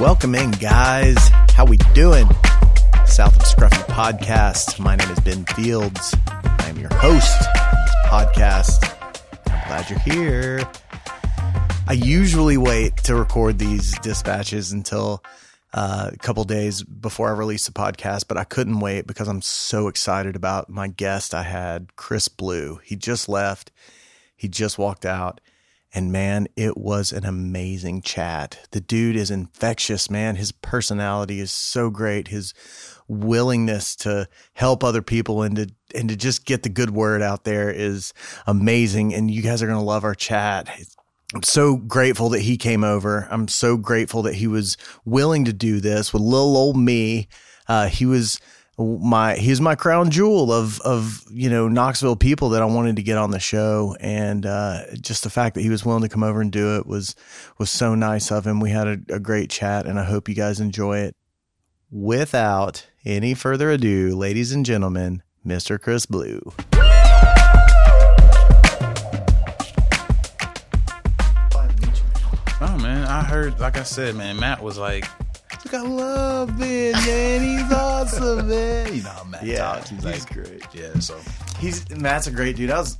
Welcome in, guys. How we doing? South of Scruffy podcast. My name is Ben Fields. I am your host of this podcast. I'm glad you're here. I usually wait to record these dispatches until uh, a couple days before I release the podcast, but I couldn't wait because I'm so excited about my guest I had, Chris Blue. He just left, he just walked out. And man, it was an amazing chat. The dude is infectious, man. His personality is so great. His willingness to help other people and to and to just get the good word out there is amazing. And you guys are gonna love our chat. I'm so grateful that he came over. I'm so grateful that he was willing to do this with little old me. Uh, he was my he's my crown jewel of of you know Knoxville people that I wanted to get on the show, and uh, just the fact that he was willing to come over and do it was was so nice of him. We had a, a great chat, and I hope you guys enjoy it. Without any further ado, ladies and gentlemen, Mr. Chris Blue. Oh man, I heard like I said, man, Matt was like, Look, I love Ben, man. He's awesome, man. You know how Matt Yeah, talks. He's, he's like great. Yeah, so He's Matt's a great dude. I was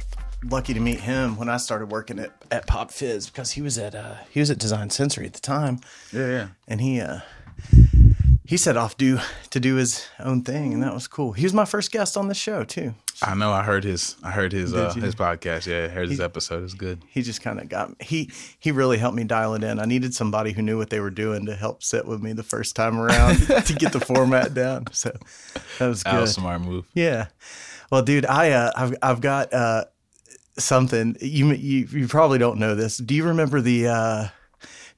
lucky to meet him when I started working at, at Pop Fizz because he was at uh, he was at Design Sensory at the time. Yeah, yeah. and he uh he set off do to do his own thing and that was cool he was my first guest on the show too I know I heard his I heard his uh, Did you? his podcast. Yeah, I heard his episode. It's good. he just kind of got he he really helped me dial it in i needed somebody who knew what they were doing to help sit with me the first time around to get the format down so that was good That was a smart move. Yeah. Well, dude, I uh, I've I've got uh, something you, you you probably don't know this. Do you remember the uh,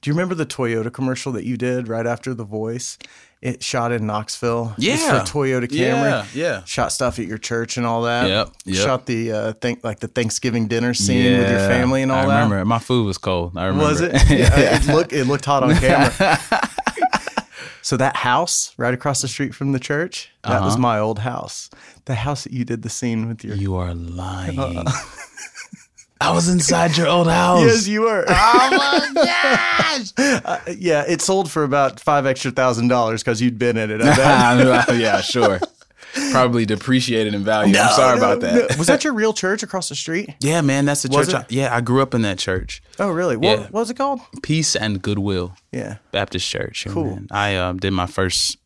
Do you remember the Toyota commercial that you did right after The Voice? It shot in Knoxville. It's Yeah. for Toyota Camry. Yeah, yeah. Shot stuff at your church and all that. Yep, yep. Shot the uh, think like the Thanksgiving dinner scene with your Yeah, family and all I that. remember it. my food was cold. I remember. Was it? Yeah, it looked it looked hot on camera. so that house right across the street from the church, that was my old house. The house that you did the scene with your Uh-huh. you are lying. I was inside your old house. Uh-uh. Yes, you were. Oh my gosh! yeah, it sold for about five extra thousand dollars because you'd been in it. I bet. yeah, sure. Probably depreciated in value. I'm sorry No, about that. no. Was that your real church across the street? Yeah, man, that's the Was church. it? I, yeah, I grew up in that church. Oh, really? What, Yeah. what was it called? Peace and Goodwill Yeah. Baptist Church. Yeah, Cool. man. I um, did my first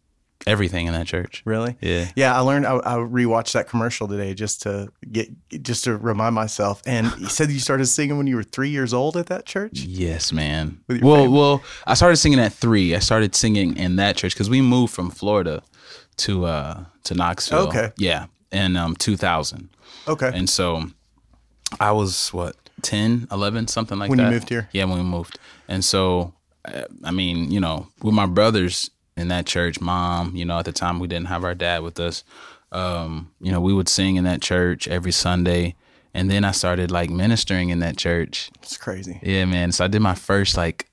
everything in that church. Really? Yeah. Yeah, I learned. I, I rewatched that commercial today just to get just to remind myself. And you said you started singing when you were three years old at that church. Yes, man. With Well, your family? well, I started singing at three. I started singing in that church because we moved from Florida to uh to Knoxville. Okay. Yeah, in um 2000, Okay. Mm-hmm. and so I was what 10, 11, something like When that. you moved here? Yeah, when we moved, and so uh, I mean, you know, with my brothers in that church, mom, you know, at the time we didn't have our dad with us. Um, you know, we would sing in that church every Sunday, and then I started like ministering in that church. it's crazy. Yeah, man. So I did my first like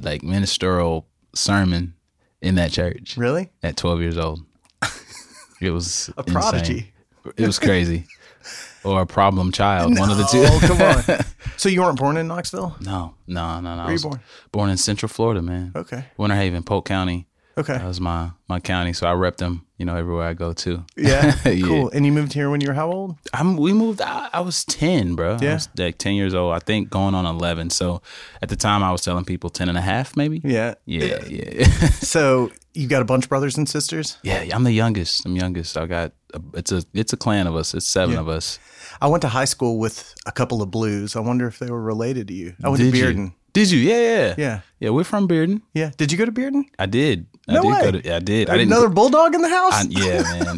like ministerial sermon in that church Really? at 12 years old. It was A prodigy. It was crazy. Or a problem child, one of the two. Oh, come on. So you weren't born in Knoxville? No, no, no, no. I you was born? born in Central Florida, man. Okay. Winter Haven, Polk County. Okay. That was my my county, so I rep them, you know, everywhere I go to. Yeah. Yeah. Cool. And you moved here when you were how old? I'm, we moved. I, I was ten, bro. Yeah. I was like ten years old. I think going on eleven. So at the time, I was telling people ten and a half, maybe. Yeah. Yeah, yeah, So you got a bunch of brothers and sisters? yeah. I'm the youngest. I'm youngest. I got a, it's a it's a clan of us. It's seven of us. I went to high school with a couple of blues. I wonder if they were related to you. I went to you? Bearden. Did you? Yeah, yeah, Yeah. yeah. We're from Bearden. Yeah. Did you go to Bearden? I did. No I did way. Go to, yeah, I did. I didn't. Another bulldog in the house? I, yeah, man.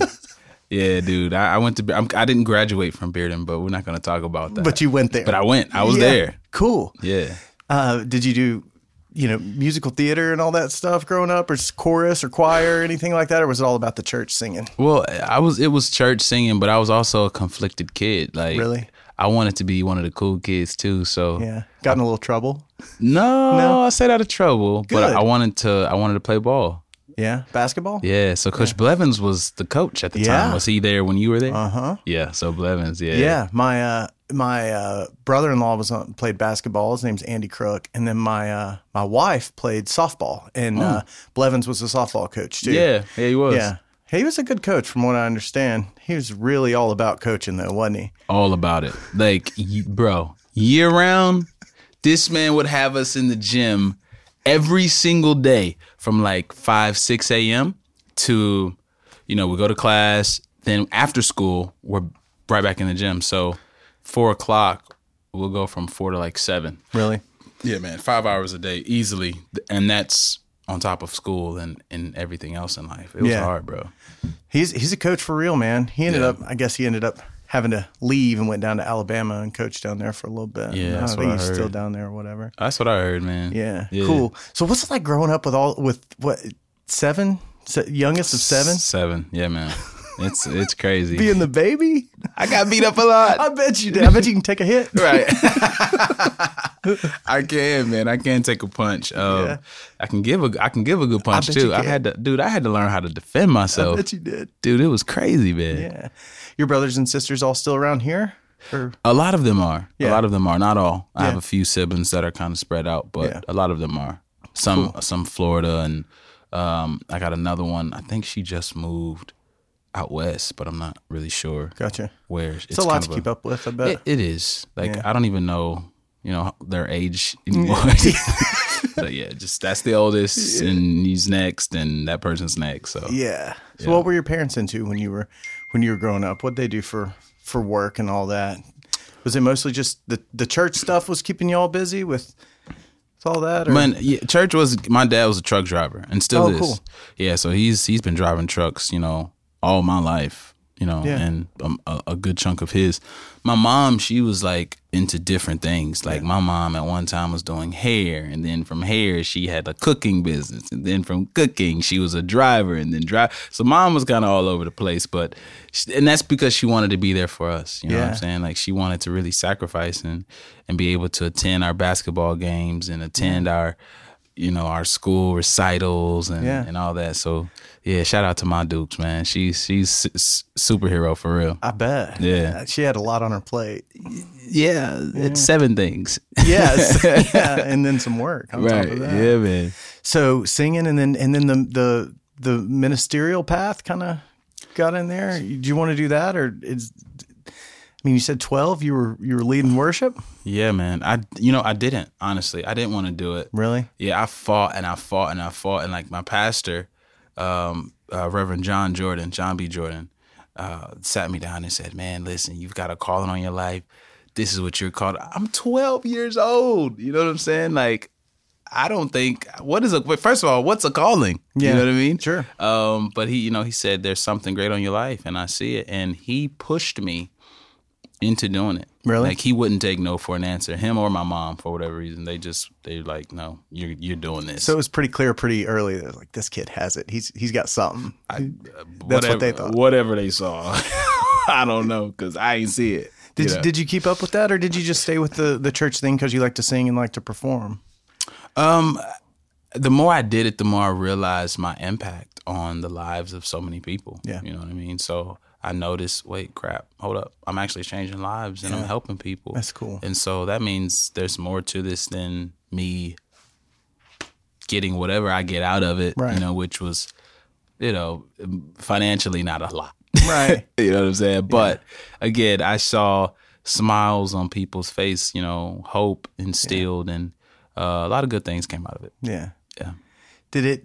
yeah, dude. I, I went to. Be- I'm, I didn't graduate from Bearden, but we're not going to talk about that. but you went there. But I went. I was Yeah. there. Cool. Yeah. Uh, did you do, you know, musical theater and all that stuff growing up or just chorus or choir or anything like that? Or was it all about the church singing? Well, I was it was church singing, but I was also a conflicted kid. Like Really? I wanted to be one of the cool kids too. So Yeah. Got in a little trouble. no, I stayed out of trouble. But Good. I wanted to I wanted to play ball. Yeah. Basketball? Yeah. So Coach Blevins was the coach at the Yeah. time. Was he there when you were there? Uh huh. Yeah. So Blevins, yeah. Yeah, my uh, my uh, brother-in-law was on, played basketball. His name's Andy Crook, and then my uh, my wife played softball, Hmm. and uh, Blevins was a softball coach too. Yeah, yeah, he was yeah, he was a good coach from what I understand. He was really all about coaching, though, wasn't he? all about it. Like, you, bro, year round, this man would have us in the gym every single day from like five, six a.m. to, you know, we go to class. Then after school, we're right back in the gym. So four o'clock, we'll go from four to like seven. Really? Yeah, man, five hours a day easily, and that's on top of school and and everything else in life. It was Yeah. hard, bro. He's he's a coach for real, man. He ended Yeah. up, I guess, he ended up having to leave and went down to Alabama and coached down there for a little bit. Yeah, And I that's think what I he's heard. still down there or whatever. That's what I heard, man. Yeah, Yeah. cool. So what's it like growing up with all with what seven Se- youngest of seven Seven, yeah, man. It's it's crazy. being the baby? I got beat up a lot. I bet you did. I bet you can take a hit. Right. I can, man. I can take a punch. Um, Yeah. I can give a I can give a good punch bet you too. I can. had to dude, I had to learn how to defend I myself. bet you did. Dude, it was crazy, man. Yeah. Your brothers and sisters all still around here? Or A lot of them are. Yeah. A lot of them are. Not all. I have Yeah. a few siblings that are kind of spread out, but Yeah. a lot of them are. Some some Florida and um I got another one. I think she just moved out west, but I'm not really sure gotcha. where. It's, a lot to keep up with. I bet. It, it is like I don't even know, you know, their age anymore. so yeah, just that's the oldest, and he's next, and that person's next. So yeah. So what were your parents into when you were when you were growing up? What would they do for for work and all that? Was it mostly just the the church stuff was keeping y'all busy with with all that? Or? Man, yeah, church was my dad was a truck driver and still Oh, is. cool. Yeah, so he's he's been driving trucks, you know, all my life, you know, Yeah. and um, a, a good chunk of his. My mom, she was like into different things. Like my mom at one time was doing hair, and then from hair she had a cooking business, and then from cooking she was a driver, and then drive. So mom was kind of all over the place, but she, and that's because she wanted to be there for us. You know what Yeah. I'm saying? Like she wanted to really sacrifice and and be able to attend our basketball games and attend our you know our school recitals and Yeah. and all that. So yeah, shout out to my Dukes, man. She's she's su- su- superhero for real. I bet. Yeah. She had a lot on her plate. Yeah, it's seven things. Yes. yeah. And then some work on top right. of that. Yeah, man. So singing and then and then the the the ministerial path kind of got in there. Do you want to do that or is I mean you said 12 you were you were leading worship? Yeah, man. I you know I didn't honestly. I didn't want to do it. Really? Yeah, I fought and I fought and I fought and like my pastor, um, uh, Reverend John Jordan, John B. Jordan, uh, sat me down and said, "Man, listen, you've got a calling on your life. This is what you're called." I'm 12 years old. You know what I'm saying? Like, I don't think what is a. But first of all, what's a calling? Yeah. You know what I mean? Sure. Um, but he, you know, he said there's something great on your life, and I see it, and he pushed me into doing it. Really? Like he wouldn't take no for an answer. Him or my mom, for whatever reason, they just they like, no, you're you're doing this. So it was pretty clear pretty early that like this kid has it. He's he's got something. that's what they thought. Whatever they saw, I don't know because I ain't see it. Did you know? you, did you keep up with that or did you just stay with the the church thing cuz you like to sing and like to perform? the more I did it, the more I realized my impact on the lives of so many people. Yeah. You know what I mean? So I noticed, wait, crap, hold up. I'm actually changing lives and I'm helping people. That's cool. And so that means there's more to this than me getting whatever I get out of it, Right. you know, which was, you know, financially not a lot. Right. you know what I'm saying? But again, I saw smiles on people's face, you know, hope instilled and uh, a lot of good things came out of it. Yeah. Yeah. Did it?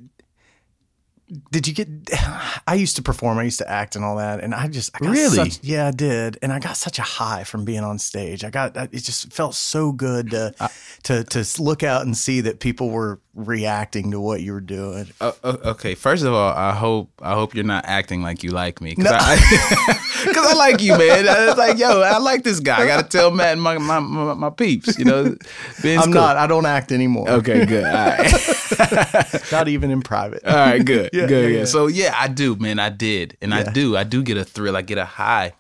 Did you get? I used to perform. I used to act and all that, and I just I got Really? such- yeah, I did, and I got such a high from being on stage. I got I- it just felt so good to to to look out and see that people were reacting to what you were doing. Uh, uh, okay, first of all, I hope I hope you're not acting like you like me because I, 'cause I like you, man. It's like, yo, I like this guy. I gotta tell Matt and my my, my, my peeps, you know. Ben's I'm cool. not. I don't act anymore. okay. Good. All right. Not even in private. All right, good. Yeah, good. yeah, Yeah, yeah. So yeah, I do, man. I did. And I do. I do get a thrill. I get a high.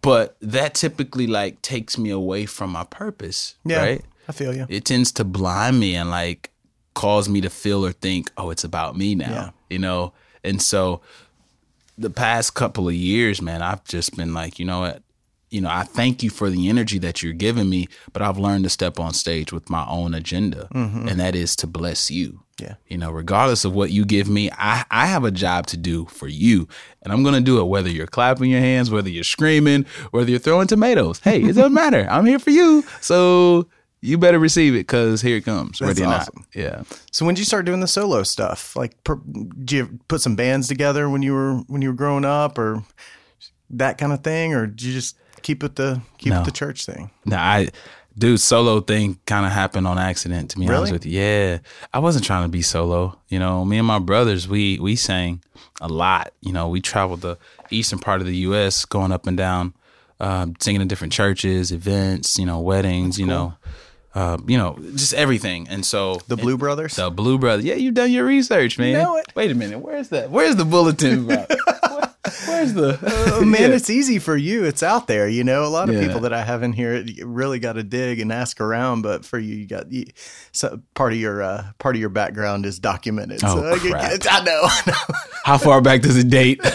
But that typically like takes me away from my purpose. yeah, Right? I feel you. It tends to blind me and like cause me to feel or think, oh, it's about me now. Yeah. You know? And so the past couple of years, man, I've just been like, you know what? you know, I thank you for the energy that you're giving me, but I've learned to step on stage with my own agenda, Mm-hmm. and that is to bless you. Yeah. You know, regardless of what you give me, I, I have a job to do for you. And I'm going to do it whether you're clapping your hands, whether you're screaming, whether you're throwing tomatoes. Hey, it doesn't matter. I'm here for you. So you better receive it because here it comes. That's ready or not. awesome. Yeah. So when did you start doing the solo stuff? Like, per, did you put some bands together when you were when you were growing up, or that kind of thing, or did you just keep it the keep No. it the church thing? No, I dude, solo thing kind of happened on accident. To be Really? honest with you, yeah, I wasn't trying to be solo. You know, me and my brothers, we we sang a lot. You know, we traveled the eastern part of the U.S., going up and down, um, singing in different churches, events. You know, weddings. you know, uh, you know, just everything. And so The Blue Brothers. the Blue Brothers. Yeah, you've done your research, man. know it. Wait a minute. Where's that? Where's the bulletin? About? Where- Where's the Oh, man, Yeah. it's easy for you. It's out there. You know, a lot of Yeah. people that I have in here you really got to dig and ask around. But for you, you got you, so part of your uh, part of your background is documented. Oh, so I can- crap. I know. I know. How far back does it date?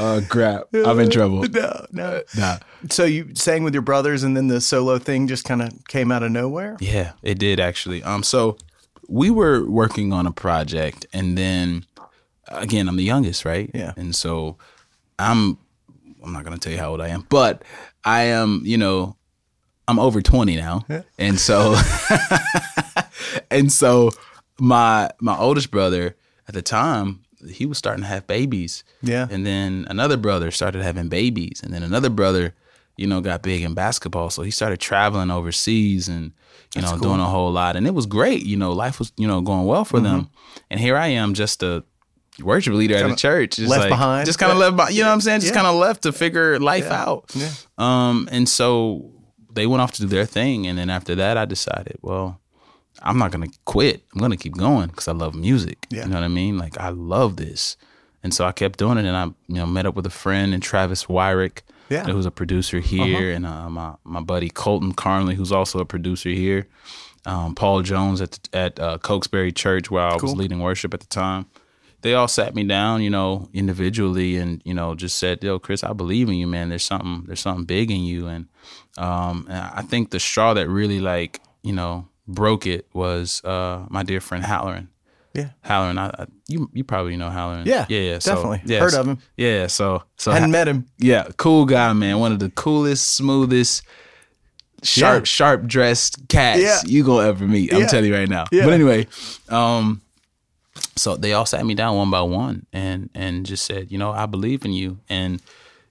Oh crap! I'm in trouble. No, no. Nah. So you sang with your brothers, and then the solo thing just kind of came out of nowhere. Yeah, it did actually. Um, so we were working on a project, and then again, I'm the youngest, right? Yeah. And so I'm I'm not gonna tell you how old I am, but I am, you know, I'm over 20 now, and so and so my my oldest brother at the time he was starting to have babies. Yeah. And then another brother started having babies, and then another brother, you know, got big in basketball, so he started traveling overseas and you know doing a whole lot, and it was great. You know, life was you know going well Mm-hmm. for them, and here I am, just a worship leader at a church, just left like- behind. just kind of left behind. You know what I'm saying? Just Yeah. kind of left to figure life out. Yeah. Um, and so they went off to do their thing, and then after that, I decided, well, I'm not gonna quit. I'm gonna keep going because I love music. Yeah. You know what I mean? Like I love this, and so I kept doing it. And I, you know, met up with a friend and Travis Wyrick, Yeah. Uh-huh. who's a producer here, and uh, my my buddy Colton Carnley, who's also a producer here. Um, Paul Jones at at uh, Cokesbury Church, where I was leading worship at the time. They all sat me down, you know, individually, and you know, just said, "Yo, Chris, I believe in you, man. There's something, there's something big in you." And um, and I think the straw that really like you know broke it was uh, my dear friend Halloran. Yeah. Halloran, I, I, you you probably know Halloran. Yeah, yeah, yeah. So, definitely. yeah, Heard so- of him. Yeah, so so Hadn't met him. yeah, cool guy, man. One of the coolest, smoothest, sharp, Yeah. sharp dressed cats Yeah. you gonna ever meet. I'm Yeah. telling you right now. Yeah. But anyway, um, so they all sat me down one by one and and just said, you know, I believe in you, and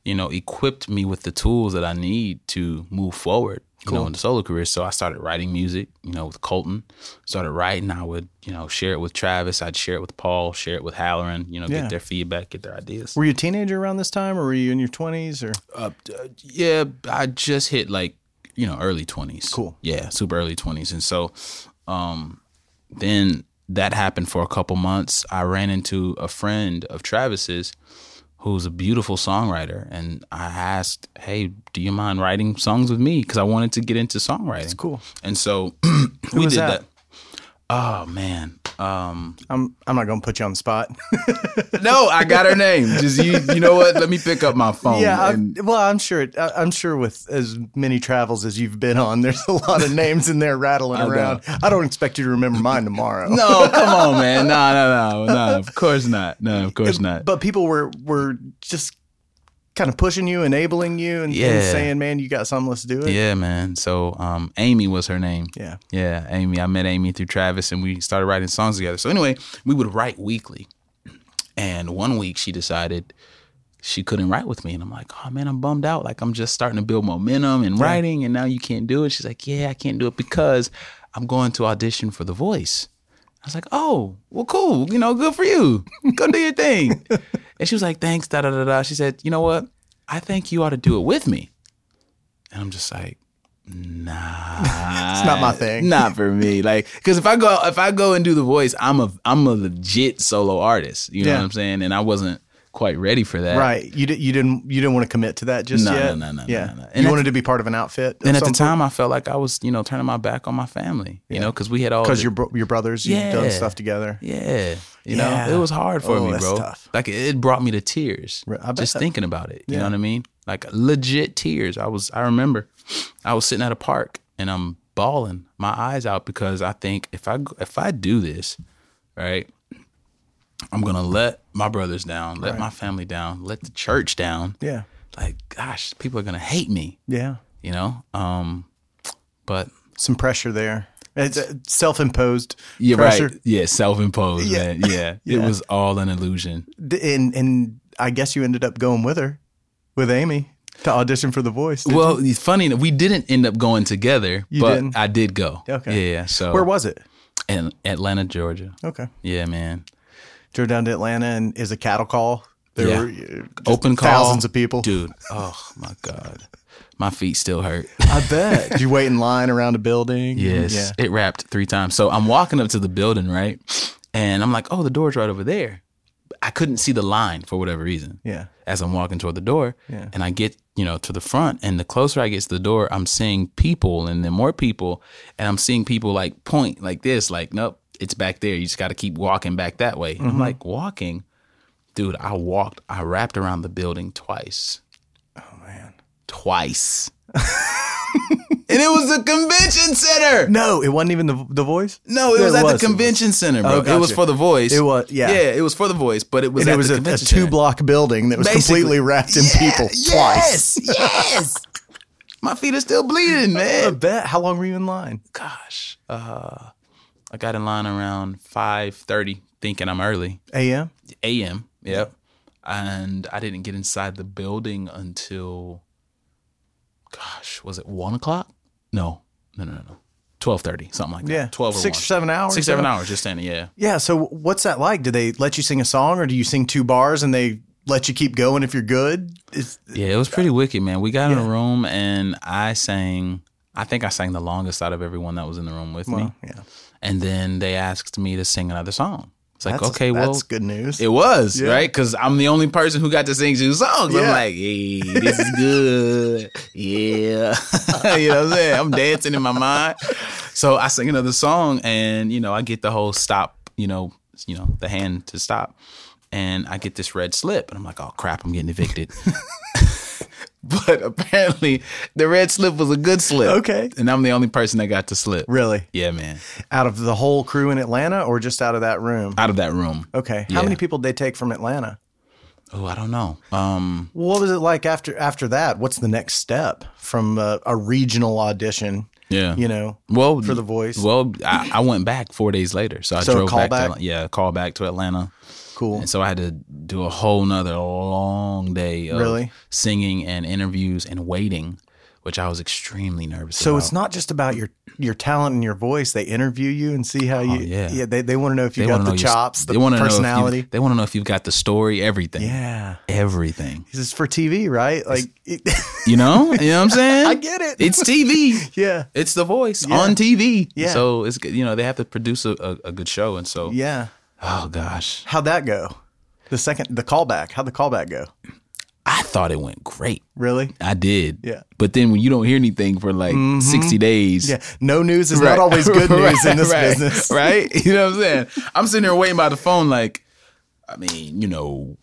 you know, equipped me with the tools that I need to move forward. You know, in the solo career. So I started writing music, you know, with Colton. Started writing. I would, you know, share it with Travis. I'd share it with Paul, share it with Halloran, you know, Yeah. get their feedback, get their ideas. Were you a teenager around this time, or were you in your twenties? Or Uh, d- uh, yeah, I just hit like you know early twenties. Cool. Yeah, super early twenties, and so um, then that happened for a couple months. I ran into a friend of Travis's who's a beautiful songwriter, and I asked, "Hey, do you mind writing songs with me?" Because I wanted to get into songwriting. cool. And so we was did that? that. Oh man. Um, I'm I'm not gonna put you on the spot. no, I got her name. Just you, you know what? Let me pick up my phone. yeah, Um, and- I'm, well, I'm sure. It, I, I'm sure with as many travels as you've been on, there's a lot of names in there rattling around. I don't expect you to remember mine tomorrow. No, come on, man. No, no, no, no. Of course not. No, of course not. but people were were just kind of pushing you, enabling you, and, and Yeah. saying, "Man, you got something. Let's do it." Yeah, man. So, um, Amy was her name. Yeah. Yeah, Amy. I met Amy through Travis, and we started writing songs together. So anyway, we would write weekly, and one week she decided she couldn't write with me, and I'm like, oh man, I'm bummed out. Like I'm just starting to build momentum in writing, and now you can't do it. She's like, yeah, I can't do it because I'm going to audition for The Voice. I was like, oh, well, cool. You know, good for you. Go do your thing. and she was like, thanks, da da da da. She said, you know what? I think you ought to do it with me. And I'm just like, nah, it's not my thing. Not for me. Like, because if I go, if I go and do the voice, I'm a, I'm a legit solo artist. You know Yeah. what I'm saying? And I wasn't quite ready for that. Right. You did. You didn't. You didn't want to commit to that just No, no, yet. no, no, no, Yeah. no, no. And You at wanted to be part of an outfit. And at the time, I felt like I was, you know, turning my back on my family. You know, because we had all because the- your bro- your brothers, you've Yeah. done stuff together. Yeah. You Yeah. know, it was hard for Oh, me, that's bro. tough. Like it brought me to tears Re- I bet. just thinking about it. You Yeah. know what I mean? like legit tears. I was I remember I was sitting at a park and I'm bawling my eyes out because I think if I if I do this, right, I'm gonna let my brothers down, let my family down, let the church down. Yeah. Like, gosh, people are gonna hate me, Yeah. you know. Um, but Some pressure there. It's uh, self-imposed yeah, pressure. right, yeah, self-imposed, Yeah. man. Yeah, it was all an illusion. D- And and I guess you ended up going with her, with Amy, to audition for The Voice. didn't well, it's funny enough, we didn't end up going together, You but didn't? I did go. Okay. yeah. So you? Where was it? in Atlanta, Georgia. Okay. Yeah, man. Drove down to Atlanta and is a cattle call. There Yeah. were uh, just Open call, thousands of people. dude. Oh my god, my feet still hurt. I bet. Did you wait in line around a building? Yes, Yeah. it wrapped three times. So I'm walking up to the building, right, and I'm like, oh, the door's right over there. I couldn't see the line for whatever reason. Yeah. As I'm walking toward the door, Yeah. and I get you know to the front, and the closer I get to the door, I'm seeing people, and then more people, and I'm seeing people like point like this, like nope, it's back there. You just got to keep walking back that way. And I'm like walking, dude. I walked, I wrapped around the building twice Oh, man. twice. and it was a convention center. No, it wasn't even the the voice. No, it Yeah, was it at was, it the convention center, bro. Oh, It was gotcha. for the voice. It was- yeah. Yeah, it was for the voice, but it was And at it was the a, a convention two center. block building that was Basically. completely wrapped in Yeah, people twice. Yes, yes. My feet are still bleeding, I man. bet. How long were you in line? Gosh, uh, I got in line around five thirty, thinking I'm early. A.M. a.m. Yep. And I didn't get inside the building until, gosh, was it one o'clock? No, no, no, no, no. Twelve thirty, something like that. Yeah, twelve or six one. or seven hours. Six, seven hours, just standing. Yeah. Yeah. So what's that like? Do they let you sing a song, or do you sing two bars and they let you keep going if you're good? It's, Yeah, it was pretty wicked, man. We got in a room and I sang. I think I sang the longest out of everyone that was in the room with me. yeah. And then they asked me to sing another song. It's like, That's, okay, that's well, good news. It was right because I'm the only person who got to sing two songs. I'm Yeah. like, hey, this is good, yeah. you know what I'm saying? I'm dancing in my mind. So I sing another song, and you know, I get the whole stop. You know, you know, the hand to stop, and I get this red slip, and I'm like, oh crap, I'm getting evicted. but apparently, the red slip was a good slip. Okay. and I'm the only person that got to slip. really, Yeah, man. out of the whole crew in Atlanta, or just out of that room? Out of that room. Okay. How Uh, Yeah. many people did they take from Atlanta? Oh, I don't know. Um. What was it like after after that? What's the next step from a, a regional audition? Yeah. You know, Well, for The Voice. Well, I, I went back four days later, so I So a callback? drove back. To, Atla- yeah, a call back to Atlanta, cool. and so I had to do a whole nother long day of Really? singing and interviews and waiting, which I was extremely nervous. So about. it's not just about your your talent and your voice. They interview you and see how you. Oh, yeah. they, they want to know if you got wanna know the your- chops, the wanna know if you- personality. they want to know if you've got the story, everything, yeah, everything. this is for TV, right? Like, it, You know, you know what I'm saying? I get it. It's TV. yeah, It's the voice on TV. Yeah. So it's good- you know they have to produce a, a, a good show, and so yeah. oh gosh, How'd that go? The second, the callback. How'd the callback go? I thought it went great. Really? I did. Yeah. Mm-hmm. But then when you don't hear anything for like 60 days. Yeah. No news is Right. not always good news Right, in this right, business. Right? You know what I'm saying? I'm sitting there waiting by the phone like, I mean, you know,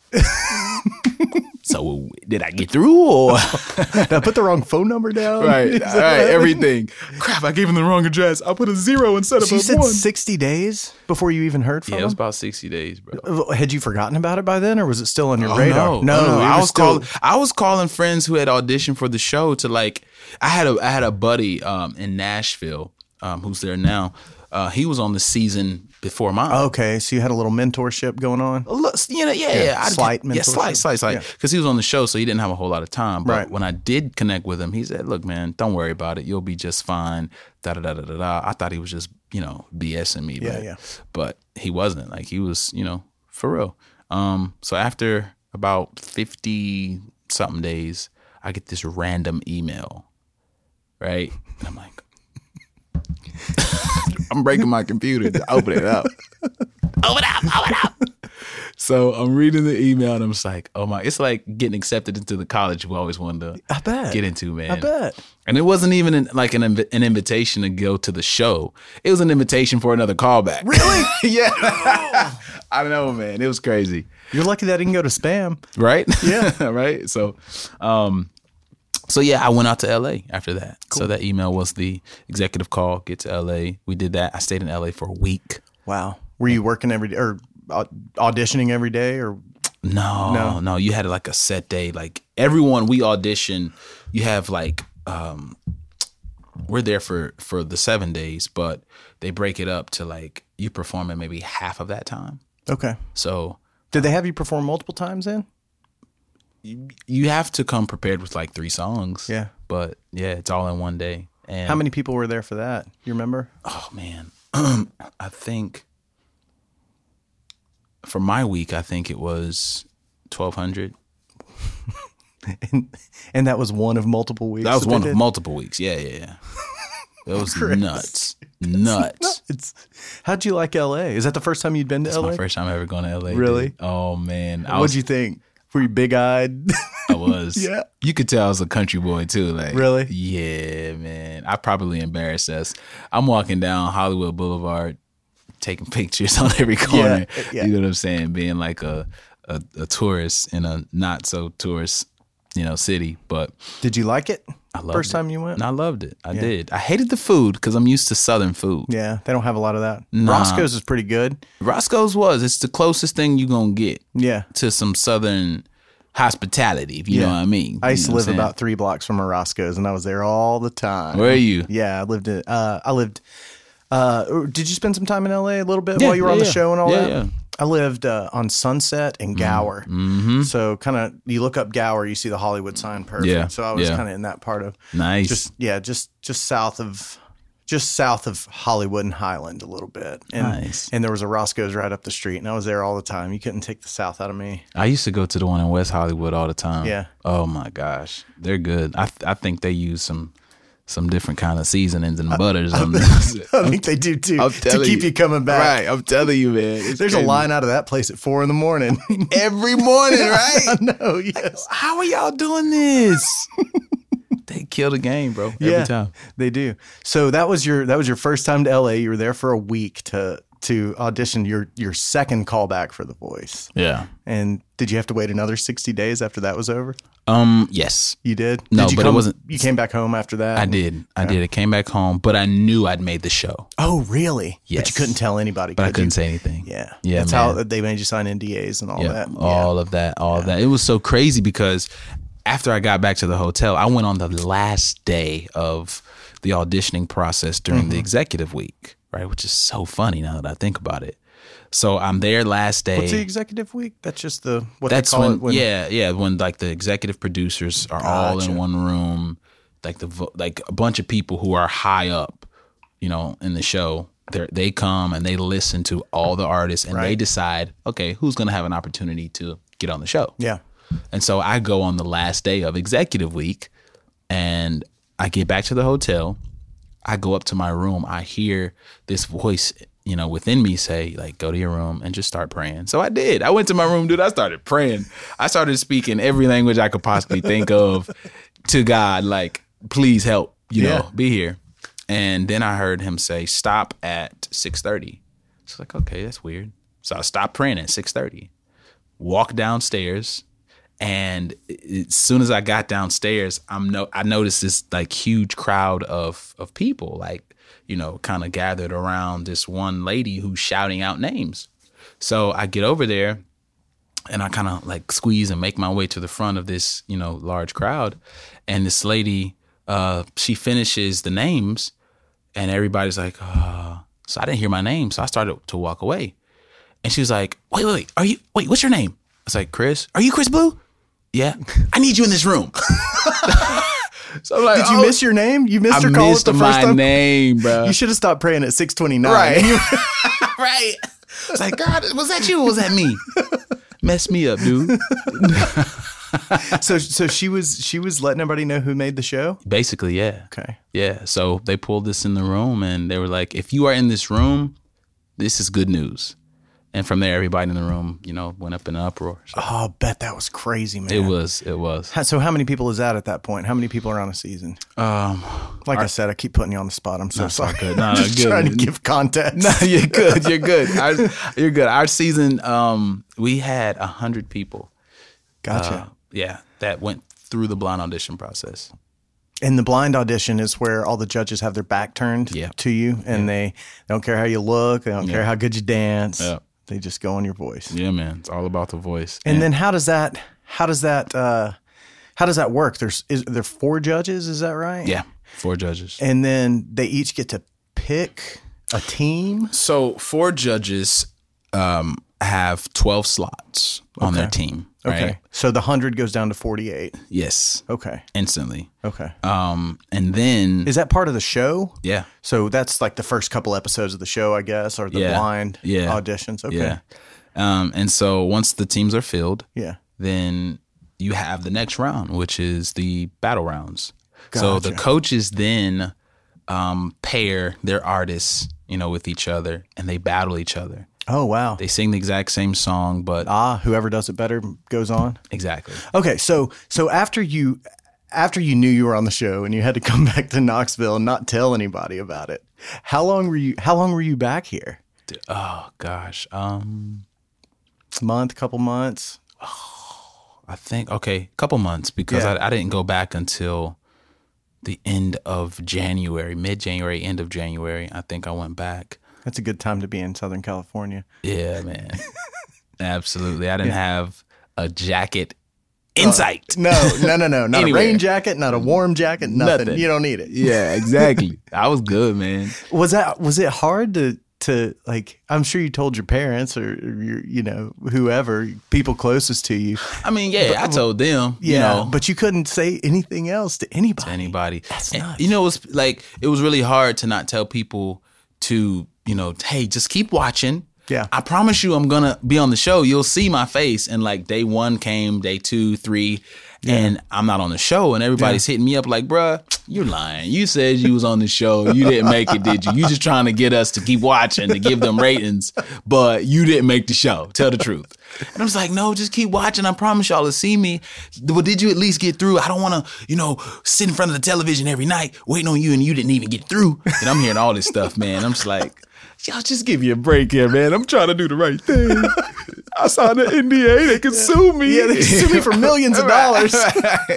so did I get through or Did I put the wrong phone number down? right, right, everything. Crap, I gave him the wrong address. I put a zero instead of She a said one. sixty days before you even heard from Yeah, it was him. about 60 days, bro. Had you forgotten about it by then, or was it still on your Oh, radar? No, no, it I was still- calling. I was calling friends who had auditioned for the show to like. I had a I had a buddy um, in Nashville um, who's there now. Uh, he was on the season before mine. Okay, so you had a little mentorship going on. A little- you know, yeah, yeah, I'd- slight yeah, mentorship. slight, slight, slight. Yeah. Because he was on the show, so he didn't have a whole lot of time. But Right. when I did connect with him, he said, "Look, man, don't worry about it. You'll be just fine." Da da da da da. da. I thought he was just, you know, BSing me. Yeah, but, yeah. But he wasn't. Like he was, you know, for real. Um. So after about fifty something days, I get this random email, right? And I'm like, I'm breaking my computer to open it up. open up, open up. So I'm reading the email and I'm just like, oh my, it's like getting accepted into the college we always wanted to I bet. get into, man. I bet. And it wasn't even an, like an, inv- an invitation to go to the show. It was an invitation for another callback. Really? yeah. I know, man. It was crazy. You're lucky that didn't go to spam. Right? Yeah. right? So, um, so yeah, I went out to LA after that. So that email was the executive call. Get to LA. We did that. I stayed in LA for a week. Wow. Were you working every day or au- auditioning every day or No, No. no, You had like a set day. Like everyone we audition, you have like um we're there for for the 7 days, but they break it up to like you perform in maybe half of that time. Okay. So Did they have you perform multiple times then? you have to come prepared with like three songs. Yeah. But yeah, it's all in one day. And How many people were there for that? You remember? oh man i think for my week i think it was 1200 And, and that was one of multiple weeks. that was they one of did? multiple weeks yeah yeah yeah that was nuts nuts It's how'd you like LA? Is that the first time you'd been to It's LA? my first time ever going to la dude. Really? oh man i What'd was you think? Were you big eyed? i was Yeah. you could tell i was a country boy too like Really? yeah man i probably embarrassed us i'm walking down hollywood boulevard taking pictures on every corner. yeah. You know what I'm saying? Being like a, a a tourist in a not so tourist, you know, city. But did you like it? I loved first it. time you went? and I loved it. I did. I hated the food because I'm used to southern food. Yeah, they don't have a lot of that. Roscoe's is pretty good. Roscoe's was. It's the closest thing you gonna get Yeah. to some southern hospitality, if you know what I mean. I used You know to live what I'm saying? about three blocks from a Roscoe's, and I was there all the time. Where are you? Yeah, I lived in. Uh, I lived. Uh, or- did you spend some time in LA a little bit Yeah, while you were on yeah, the yeah. show and all Yeah, that? yeah. I lived uh, on Sunset and Gower. Mm-hmm. So kind of you look up Gower, you see the Hollywood sign. Perfect. Yeah, So I was yeah. kind of in that part of. Nice. Just yeah, just just south of. Just south of Hollywood and Highland, a little bit, and Nice. and there was a Roscoe's right up the street, and I was there all the time. You couldn't take the South out of me. I used to go to the one in West Hollywood all the time. Yeah. Oh my gosh, they're good. I I think they use some some different kind of seasonings and butters on this. I think they do too I'm to telling keep you, you. coming back. Right, I'm telling you, man. It's There's crazy. a line out of that place at four in the morning. every morning, right? no, yes, How are y'all doing this? they kill the game, bro. Every yeah, time. they do. So that was your that was your first time to LA. You were there for a week to to audition your your second callback for The Voice. Yeah. And did you have to wait another sixty days after that was over? Um. Yes, You did. No, did you but it come, wasn't- You came back home after that. I did. I did. I came back home, but I knew I'd made the show, Oh, really? But Yes. you couldn't tell anybody. but I could couldn't you? say anything. Yeah, Yeah. That's man. how they made you sign NDAs and all that. all of that, all of that. It was so crazy because after I got back to the hotel, I went on the last day of the auditioning process during Mm-hmm. the executive week, right? Which is so funny now that I think about it. So I'm there last day. What's the executive week? That's just the what That's they call when, it when yeah, yeah, when like the executive producers are all in one room, like the vo- like a bunch of people who are high up, you know, in the show. They they come and they listen to all the artists and they decide, okay, who's going to have an opportunity to get on the show. yeah. And so I go on the last day of executive week and I get back to the hotel. I go up to my room. I hear this voice, you know, within me say, like, go to your room and just start praying. So I did. I went to my room, dude. I started praying. I started speaking every language I could possibly think of to God, like, please help, you Yeah. know, be here. And then I heard him say, stop at 6.30. So like, okay, that's weird. So I stopped praying at 6.30 walk downstairs and as soon as I got downstairs, I'm no I noticed this like huge crowd of of people like you know kind of gathered around this one lady who's shouting out names. So I get over there and I kind of like squeeze and make my way to the front of this, you know, large crowd. And this lady, uh, she finishes the names, and everybody's like, uh. so I didn't hear my name, so I started to walk away. And she was like, wait, wait, wait, are you, wait, what's your name? I was like, Chris, are you Chris Blue? Yeah, I need you in this room. so I'm like, Did you "Oh, miss your name? You missed I your call at missed the first my time. name, bro. You should have stopped praying at 629. right. It's like, God, was that you or was that me? Mess me up, dude. so so she was she was letting everybody know who made the show. Basically, yeah. Okay. Yeah. So they pulled this in the room and they were like, if you are in this room, this is good news. And from there, everybody in the room, you know, went up in an uproar. So Oh, I bet that was crazy, man. It was, it was. How- So how many people is that at that point? How many people are on a season? Um, Like I said, I keep putting you on the spot. I'm so sorry. good. No, no, Just good. trying to give context. no, you're good. You're good. Our, you're good. Our season, um, we had a hundred people. Gotcha. Uh, yeah, that went through the blind audition process. And the blind audition is where all the judges have their back turned Yeah. to you, and they, they don't care how you look, they don't care how good you dance. Yeah. They just go on your voice. Yeah, man, it's all about the voice. And then how does that how does that uh, how does that work? There's is there four judges? Is that right? yeah, four judges. And then they each get to pick a team. So four judges um, have twelve slots on their team. Right? Okay. So the hundred goes down to forty eight. Yes. Okay. Instantly. Okay. Um, and then Is that part of the show? yeah, So that's like the first couple episodes of the show, I guess, or the Yeah. blind Yeah. auditions. Okay. yeah. Um, and so once the teams are filled, Yeah. then you have the next round, which is the battle rounds. So the coaches then um, pair their artists, you know, with each other, and they battle each other. Oh wow. They sing the exact same song, but uh, ah, whoever does it better goes on. exactly. Okay, so so after you after you knew you were on the show and you had to come back to Knoxville and not tell anybody about it, how long were you how long were you back here? Oh gosh, um, Month, couple months? I think okay, a couple months because Yeah. I, I didn't go back until the end of January, mid January, end of January. I think I went back. That's a good time to be in Southern California. Yeah, man, absolutely. I didn't have a jacket insight. No, no, no, no. Not Anywhere. a rain jacket, not a warm jacket, nothing. Nothing. You don't need it. Yeah, exactly. I was good, man. Was that was it hard to to like I'm sure you told your parents or your you know, whoever, people closest to you. I mean, yeah, I told them, you know, but you couldn't say anything else to anybody. anybody. That's nuts. You know, it was like it was really hard to not tell people to, you know, hey, just keep watching. Yeah. I promise you, I'm gonna be on the show. You'll see my face. And like day one came, day two, three, and I'm not on the show. And everybody's hitting me up like, bruh, you're lying. You said you was on the show. You didn't make it, did you? You just trying to get us to keep watching to give them ratings, but you didn't make the show. Tell the truth. And I was like, no, just keep watching. I promise y'all to see me. Well, did you at least get through? I don't want to, you know, sit in front of the television every night waiting on you, and you didn't even get through. And I'm hearing all this stuff, man. I'm just like. Y'all just give me a break here, man. I'm trying to do the right thing. I signed an NDA. They can sue me. Yeah, they sue me for millions of dollars. Right.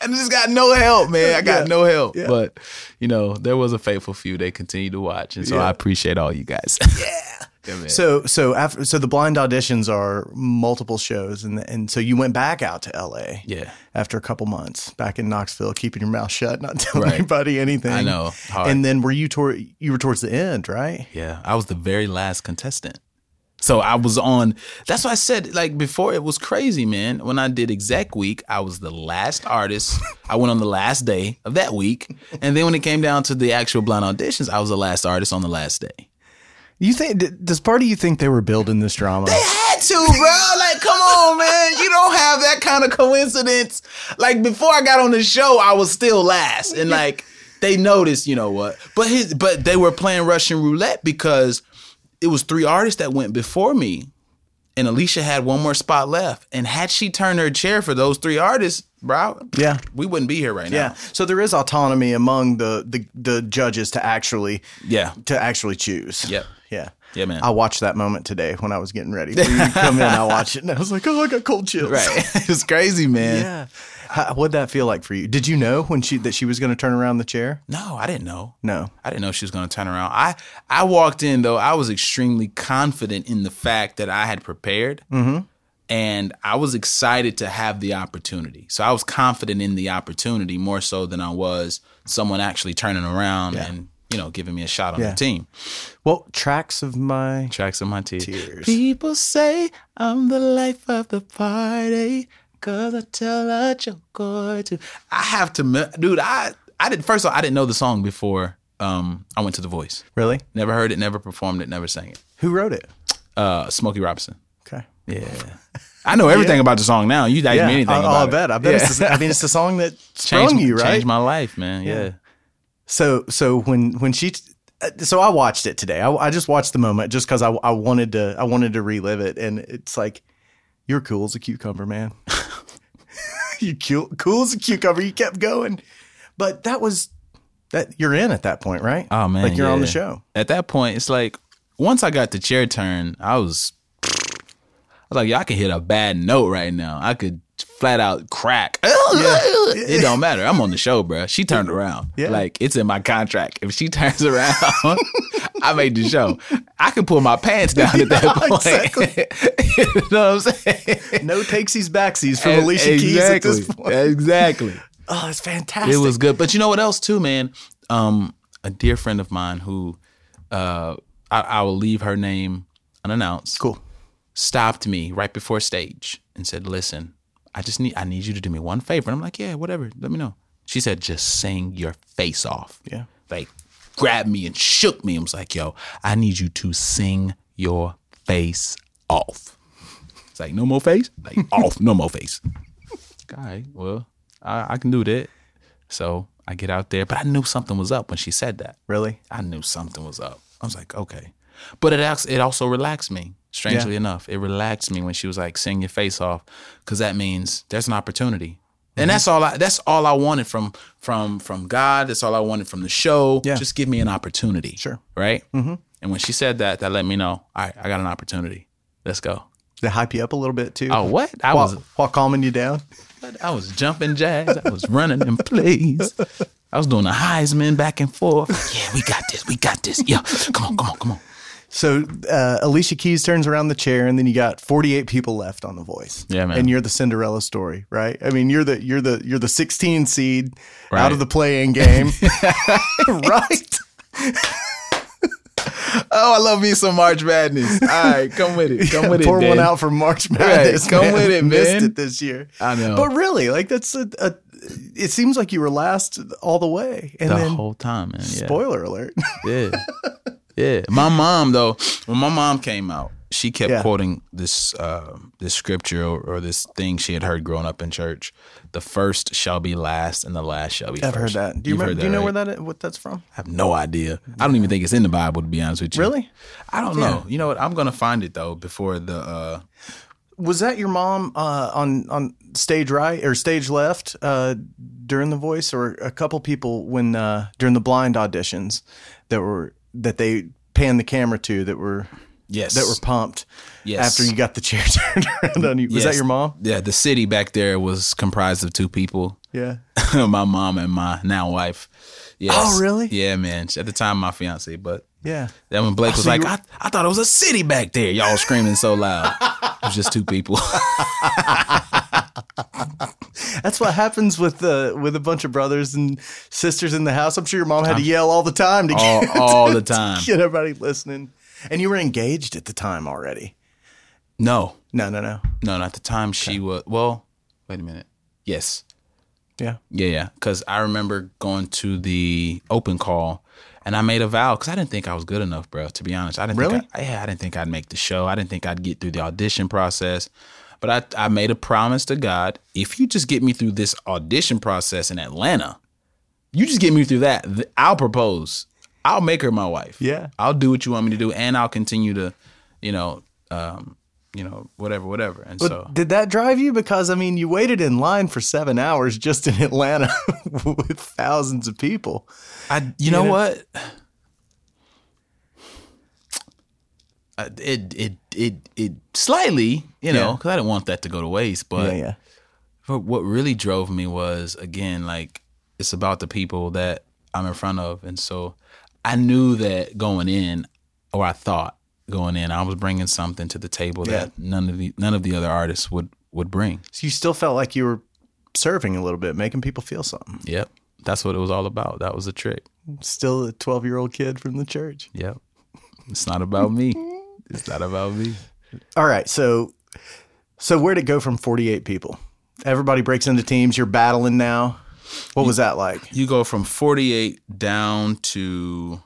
And I just got no help, man. I got Yeah. no help. But, you know, there was a faithful few. They continue to watch. And so I appreciate all you guys. yeah. man. So so after so the blind auditions are multiple shows and and so you went back out to LA. Yeah. After a couple months back in Knoxville, keeping your mouth shut, not telling Right. anybody anything. I know. Hard. And then were you toward you were towards the end, right? Yeah, I was the very last contestant. So I was on. That's why I said like before it was crazy, man. When I did Exec Week, I was the last artist. I went on the last day of that week, and then when it came down to the actual blind auditions, I was the last artist on the last day. You think d- does part of you think they were building this drama? had to, bro. Like, come on, man. You don't have that kind of coincidence. Like before I got on the show, I was still last, and like they noticed, you know what? But his, but they were playing Russian roulette because it was three artists that went before me, and Alicia had one more spot left. And had she turned her chair for those three artists, bro, Yeah. we wouldn't be here right Yeah. now. So there is autonomy among the, the the judges to actually Yeah, to actually choose. Yep. Yeah. yeah, man. I watched that moment today when I was getting ready for you to come in. I watched it and I was like, oh, I got cold chills. right, it's crazy, man. Yeah. How, what'd that feel like for you? Did you know when she that she was going to turn around the chair? No, I didn't know. No. I didn't know she was going to turn around. I I walked in though. I was extremely confident in the fact that I had prepared, Mm-hmm. and I was excited to have the opportunity. So I was confident in the opportunity more so than I was someone actually turning around and you know giving me a shot on Yeah. the team. Well, tracks of my Tracks of my tears. Tears. People say I'm the life of the party because I tell a joke or two. I have to, me- dude. I I did first of all I didn't know the song before um I went to The Voice. really Never heard it, never performed it, never sang it. who wrote it? Uh, Smokey Robinson. Okay. Yeah. I know everything about the song now. You didn't me anything I, oh, about I bet. it. I bet. Yeah. It's the, I mean, it's the song that sprung Changed, you, right? changed my life, man. Yeah. so, so when when she, uh, so I watched it today. I, I just watched the moment just because I, I wanted to I wanted to relive it, and it's like you're cool as a cucumber, man. you cool, cool as a cucumber. You kept going, but that was that you're in at that point, right? Oh man. like you're on the yeah. show. At that point, it's like once I got the chair turn, I was I was like, yeah, I could hit a bad note right now. I could flat out crack. It don't matter. I'm on the show, bruh. She turned around. Yeah. Like it's in my contract. If she turns around, I made the show. I can pull my pants down at that Yeah, point. you know what I'm saying? No takesies backsies from Alicia E-, exactly. Keys at this point. Exactly. Oh, it's fantastic. It was good. But you know what else too, man? Um, a dear friend of mine who uh I, I will leave her name unannounced. cool. stopped me right before stage and said, "Listen, I just need I need you to do me one favor." And I'm like, "Yeah, whatever. Let me know." She said, "Just sing your face off." Yeah. Like grabbed me and shook me. I was like, "Yo, I need you to sing your face off." It's like, "No more face?" Like, "Off, no more face." All right. Well, I, I can do that. So, I get out there, but I knew something was up when she said that. Really? I knew something was up. I was like, okay. But it ax- it also relaxed me. Strangely enough, it relaxed me when she was like, "Sing your face off," because that means there's an opportunity, and that's all. I, that's all I wanted from from from God. That's all I wanted from the show. Yeah. Just give me an opportunity. Sure. Right. Mm-hmm. And when she said that, that let me know. All right, I got an opportunity. Let's go. They hype you up a little bit too. Oh, what? I while, was while calming you down. I was jumping jacks. I was running in plays. I was doing a Heisman back and forth. Yeah, we got this. We got this. Yeah, come on, come on, come on. So uh, Alicia Keys turns around the chair, and then you got 48 people left on The Voice. Yeah, man. And you're the Cinderella story, right? I mean, you're the you're the you're the 16 seed out Right. of the playing game, right? Oh, I love me some March Madness. All right, come with it. Come with it. Pour one Dave. out for March Madness. come man. with it, Missed man. it this year. I know. But really, like that's a, a. It seems like you were last all the way, and the then whole time, man. Yeah. spoiler alert. Yeah. Yeah. My mom though, when my mom came out, she kept Yeah. quoting this uh, this scripture or, or this thing she had heard growing up in church. The first shall be last, and the last shall be I've heard first. that. Do you You've remember? heard do you know right? where that is, what that's from? I have no idea. I don't even think it's in the Bible to be honest with you. Really? I don't know. You know what? I'm gonna find it though before the uh Was that your mom uh, on on stage right or stage left uh, during the voice, or a couple people when uh, during the blind auditions that were that they panned the camera to that were yes that were pumped Yes. after you got the chair turned around on you? Was that Yes. your mom? Yeah, the city back there was comprised of two people. Yeah. my mom and my now wife. Yes. Oh, really? Yeah, man. At the time, my fiance, but Yeah. then when Blake was so like, you- I, I thought it was a city back there. Y'all screaming so loud. it was just two people. That's what happens with uh, with a bunch of brothers and sisters in the house. I'm sure your mom had to yell all the time to all, get, all the time. get everybody listening. And you were engaged at the time already. No, No, no, no. no, not the time she was. Well, wait a minute. Yes. Yeah. Yeah, yeah. Because I remember going to the open call, and I made a vow because I didn't think I was good enough, bro. To be honest, I didn't. Really? Think I, yeah, I didn't think I'd make the show. I didn't think I'd get through the audition process. But I, I made a promise to God: if you just get me through this audition process in Atlanta, you just get me through that, th- I'll propose. I'll make her my wife. Yeah. I'll do what you want me to do, and I'll continue to, you know, um, you know, whatever, whatever. And so Did that drive you? Because I mean, you waited in line for seven hours just in Atlanta with thousands of people. I, you, know, know? what? I- Uh, It it it it slightly, you know, Yeah. because I didn't want that to go to waste. But but what really drove me was again, like it's about the people that I'm in front of, and so I knew that going in, or I thought going in, I was bringing something to the table Yeah. that none of the none of the other artists would would bring. So you still felt like you were serving a little bit, making people feel something. Yep, that's what it was all about. That was the trick. Still a 12 year old kid from the church. Yep, it's not about me. It's not about me. All right. So, so where'd it go from 48 people? Everybody breaks into teams. You're battling now. What was that like? you go from 48 down to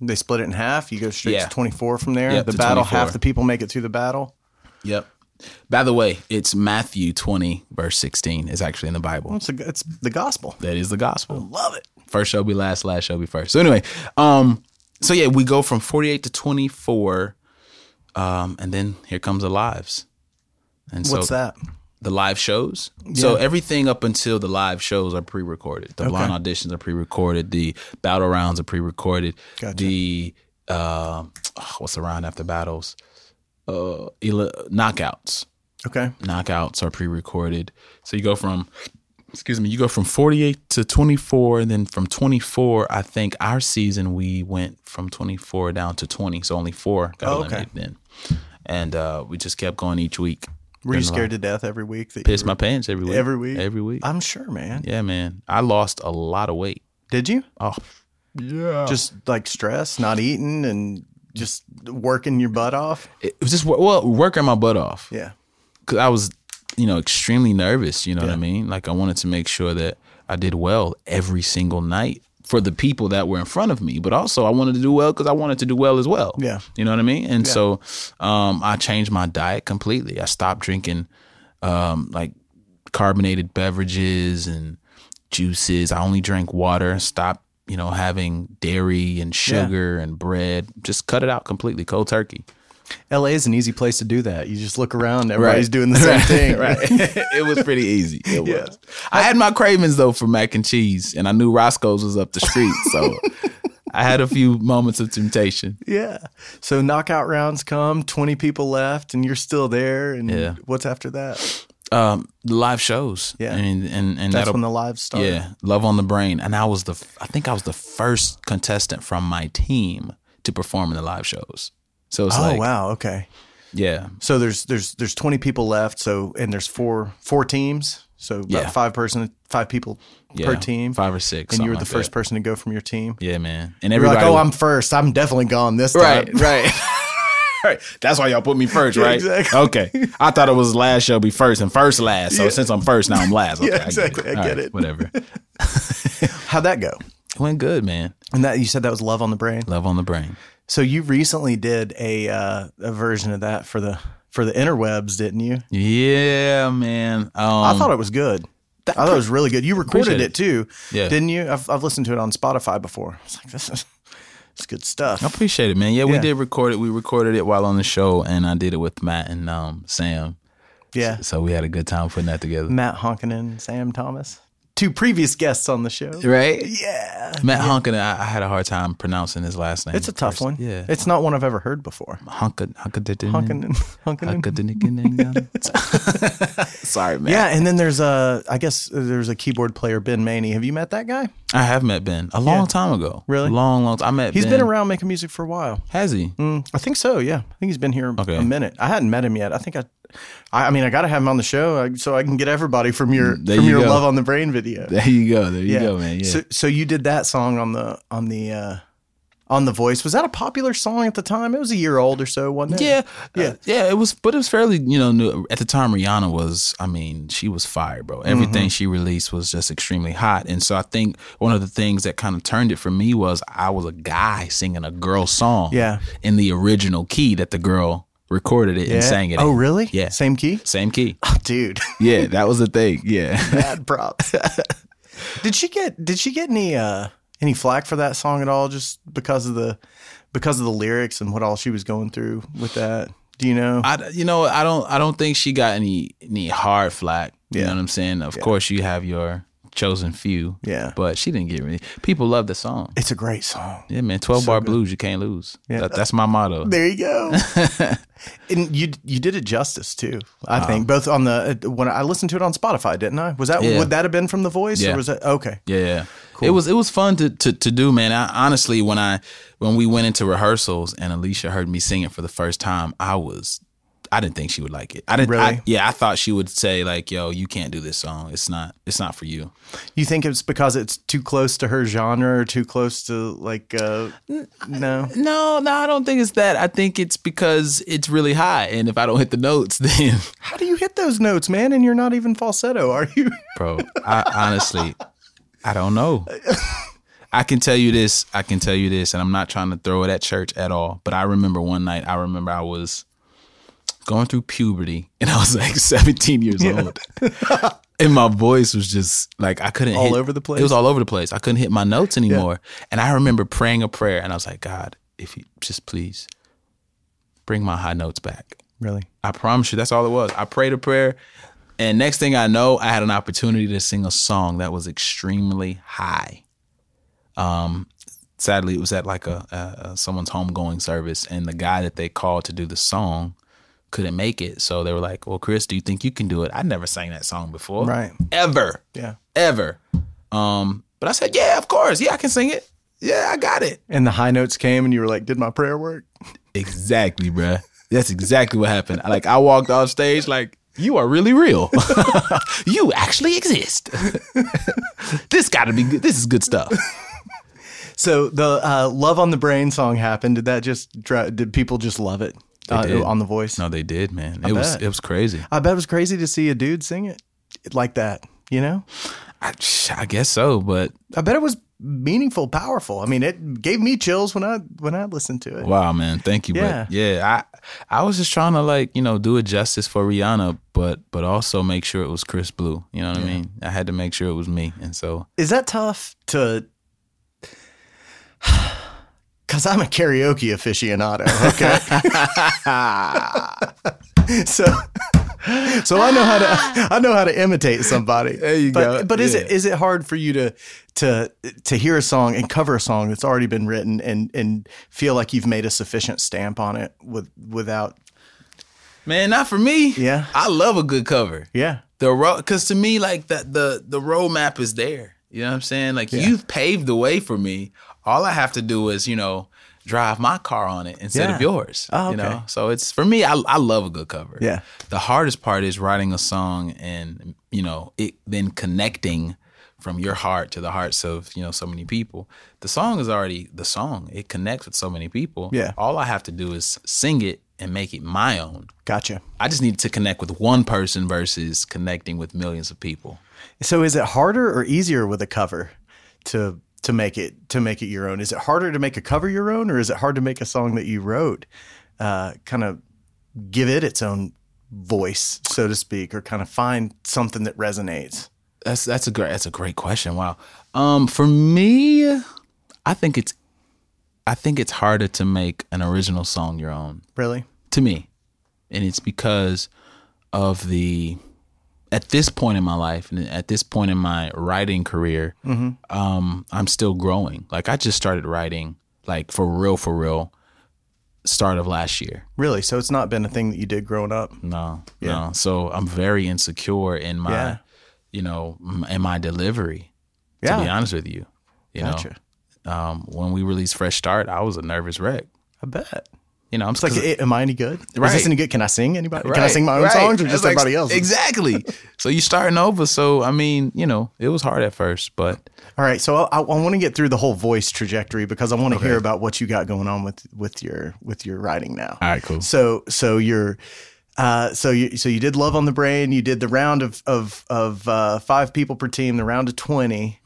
They split it in half. You go straight Yeah. to 24 from there. Yep, the to battle, 24. half the people make it through the battle. yep by the way it's matthew 20 verse 16 it's actually in the bible It's, a, it's the gospel. that is the gospel Love it. first shall be last last shall be first so anyway um so yeah we go from 48 to 24 um and then here comes the lives and so What's that? the live shows. So everything up until the live shows are pre-recorded. The blind auditions are pre-recorded. The battle rounds are pre-recorded. Gotcha. The um, ah, uh, what's the round after battles? Uh, ele- knockouts Okay. knockouts are pre-recorded. So you go from excuse me, you go from 48 to 24 and then from 24 I think our season we went from 24 down to 20, so only 4 got Oh, okay. eliminated then. And uh, we just kept going each week. Were you scared to death every week? That you Pissed my pants every week. Every week? Every week. were- I'm sure, man. yeah, man. I lost a lot of weight. Did you? Oh. Yeah. Just Just like stress, not eating, and just working your butt off. it was just well, working my butt off. Yeah. because I was, you know, extremely nervous. You know what I mean? Like I wanted to make sure that I did well every single night for the people that were in front of me, but also I wanted to do well because I wanted to do well as well. Yeah. you know what I mean? And so, um, I changed my diet completely. I stopped drinking, um, like carbonated beverages and juices. I only drank water. Stopped. You know, having dairy and sugar and bread, just cut it out completely, cold turkey. LA is an easy place to do that. You just look around, everybody's doing the same thing. right. it was pretty easy. It was. I had my cravings though for mac and cheese, and I knew Roscoe's was up the street, so I had a few moments of temptation. Yeah. So knockout rounds come, 20 people left, and you're still there. And Yeah. what's after that? Um, the live shows, Yeah. and and and That's that'll- when the lives start. yeah, Love on the Brain, and I was the I think I was the first contestant from my team to perform in the live shows. So it's Oh like, wow, okay. yeah, So there's there's there's 20 people left, so and there's four four teams. So about Yeah. five person five people yeah, per team. five or six, and you something were the like first that. person to go from your team. Yeah, man, and You're everybody. like, "Oh, I'm first. I'm definitely gone this time." Right, right. right. That's why y'all put me first, Yeah, right? exactly. Okay. I thought it was last show be first and first last. So since I'm first, now I'm last. Okay, Yeah, exactly. I All get it. Whatever. It How'd that go? went good, man. And that you said that was love on the brain. Love on the brain. So you recently did a uh, a version of that for the for the interwebs, didn't you? Yeah, man. Um, I thought it was good. I thought it was really good. You recorded Appreciate Mm. it too, Yeah. didn't you? I've, I've listened to it on Spotify before. It's like this is it's good stuff. I appreciate it, man. Yeah, we Yeah. did record it. We recorded it while on the show, and I did it with Matt and um, Sam. Yeah, So we had a good time putting that together. Matt Honkinen, Sam Thomas, two previous guests on the show. Right? Yeah, Matt Honkin, I, I had a hard time pronouncing his last name. it's a tough one. Yeah. it's not one I've ever heard before. Honkin. Honkin. Honkinen, Honkinen. Sorry, man. Yeah, and then there's a I guess there's a keyboard player Ben Maney. Have you met that guy? I have met Ben a long time ago. Really? Long, long time. I met He's ben. been around making music for a while. Has he? Mm, I think so. Yeah, I think he's been here Okay. a minute. I hadn't met him yet. I think I, I, I mean, I got to have him on the show uh, so I can get everybody from your Mm, there from you your go. love on the brain video. There you go. There you yeah, go, man. Yeah. So, so you did that song on the on the uh, on the Voice. Was that a popular song at the time? It was a year old or so, wasn't it? yeah, Yeah. uh, yeah. It was, but it was fairly, you know, new. at the time. Rihanna was, I mean, she was fire, bro. Mm-hmm. Everything she released was just extremely hot, and so I think one of the things that kind of turned it for me was I was a guy singing a girl song, Yeah. in the original key that the girl recorded it and sang it. Oh, in. really? Yeah. Same key, Oh, Same key. dude. Yeah, that was the thing. Yeah. Bad props. did she get Did she get any uh any flack for that song at all? Just because of the because of the lyrics and what all she was going through with that. Do you know? I you know I don't I don't think she got any any hard flack. You know what I'm saying? Of course, you have your chosen few. Yeah. but she didn't get any. People love the song. it's a great song. Yeah, man. Twelve bar blues, you can't lose. Yeah, that's my motto. There you go. and you you did it justice too. I think both on the when I listened to it on Spotify, didn't I? Was that Yeah. would that have been from the voice Yeah. or was that okay? Yeah, it was it was fun to, to to do, man. I honestly, when I when we went into rehearsals and Alicia heard me singing for the first time, I was I didn't think she would like it. I didn't. I- Really? yeah, I thought she would say like, "Yo, you can't do this song. It's not it's not for you." You think it's because it's too close to her genre or too close to like uh no. No, no, I don't think it's that. I think it's because it's really high, and if I don't hit the notes, then How do you hit those notes, man? And you're not even falsetto, are you? bro, I honestly, I don't know. I can tell you this. I can tell you this, and I'm not trying to throw it at church at all. But I remember one night. I remember I was going through puberty, and I was like 17 years old, and my voice was just like I couldn't All hit- over the place? It was all over the place. I couldn't hit my notes anymore. And I remember praying a prayer, and I was like, God, if you just please bring my high notes back. Really? I promise you, that's all it was. I prayed a prayer, and next thing I know, I had an opportunity to sing a song that was extremely high. Um, sadly, it was at like a, a, a someone's homegoing service, and the guy that they called to do the song couldn't make it. So they were like, "Well, Chris, do you think you can do it?" I never sang that song before, Right. Ever, Yeah. ever. Um, but I said, "Yeah, of course. Yeah, I can sing it. Yeah, I got it." And the high notes came, and you were like, "Did my prayer work?" Exactly, bruh. That's exactly what happened. Like I walked off stage like you are really real. you actually exist. this got to be good. This is good stuff. So the uh, "Love on the Brain" song happened. Did that just dra- did people just love it uh, did. on the voice? No, they did, man. it was bet. it was crazy. I bet it was crazy to see a dude sing it like that. You know, I, I guess so, but I bet it was meaningful, powerful. I mean, it gave me chills when I when I listened to it. wow, man. Thank you. Yeah. But yeah, I I was just trying to like, you know, do it justice for Rihanna, but but also make sure it was Chris Blue. You know what I mean? I had to make sure it was me. And so Is that tough to? Because I'm a karaoke aficionado. Okay. so, so I know how to I know how to imitate somebody. There you but, go. But is Yeah. it is it hard for you to to to hear a song and cover a song that's already been written and and feel like you've made a sufficient stamp on it with without Man, not for me. Yeah. I love a good cover. yeah the road because to me like that the the roadmap is there you know what i'm saying like you've paved the way for me all i have to do is you know drive my car on it instead of Yeah. yours Oh, you okay. know so it's for me I, I love a good cover Yeah. the hardest part is writing a song and you know it then connecting from your heart to the hearts of you know so many people the song is already the song it connects with so many people Yeah. all i have to do is sing it and make it my own gotcha. I just need to connect with one person versus connecting with millions of people. So is it harder or easier with a cover to to make it to make it your own? Is it harder to make a cover your own, or is it hard to make a song that you wrote, uh, kind of give it its own voice, so to speak, or kind of find something that resonates? That's that's a great that's a great question. Wow. Um, for me, I think it's I think it's harder to make an original song your own Really? to me, and it's because of the at this point in my life and at this point in my writing career, um, I'm still growing. Like I just started writing like for real, for real, start of last year. Really? So it's not been a thing that you did growing up. No, no. So I'm very insecure in my, Yeah. you know, m- in my delivery. To be honest with you, you Gotcha. know, um, when we released Fresh Start, I was a nervous wreck. I bet. You know, I'm It's like, cause- eh, am I any good? Is Right. this any good? Can I sing anybody? Can I Right, sing my own right. songs or It's just like- everybody else's? Exactly. so you starting over. So I mean, you know, it was hard at first, but All right, so I, I want to get through the whole voice trajectory because I want to hear about what you got going on with with your with your writing now. all right, cool. So so you're uh, so you so you did love on the brain. You did the round of of of uh, five people per team, the round of 20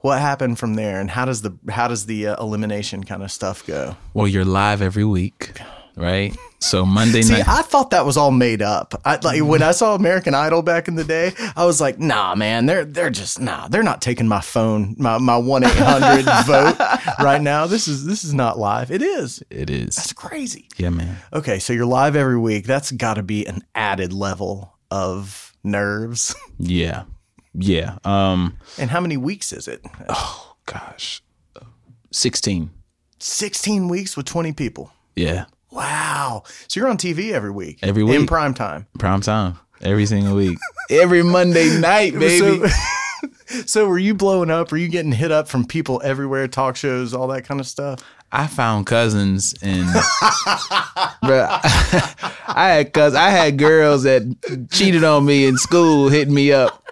What happened from there, and how does the how does the uh, elimination kind of stuff go? Well, you're live every week, right? So Monday See, night. I thought that was all made up. I, like when I saw American Idol back in the day, I was like, "Nah, man, they're they're just nah, they're not taking my phone, my my one eight hundred vote right now. This is this is not live. It is. it It's is. crazy. Yeah, man. Okay, so you're live every week. That's got to be an added level of nerves. Yeah. Yeah. Um, And how many weeks is it? gosh. 16. Sixteen weeks with twenty people. Yeah. Wow. So you're on TV every week. Every in week. prime time. Prime time. Every single week. Every Monday night, baby. So were you blowing up? Were you getting hit up from people everywhere, talk shows, all that kind of stuff? I found cousins and Bruh, I had cuz I had girls that cheated on me in school hitting me up.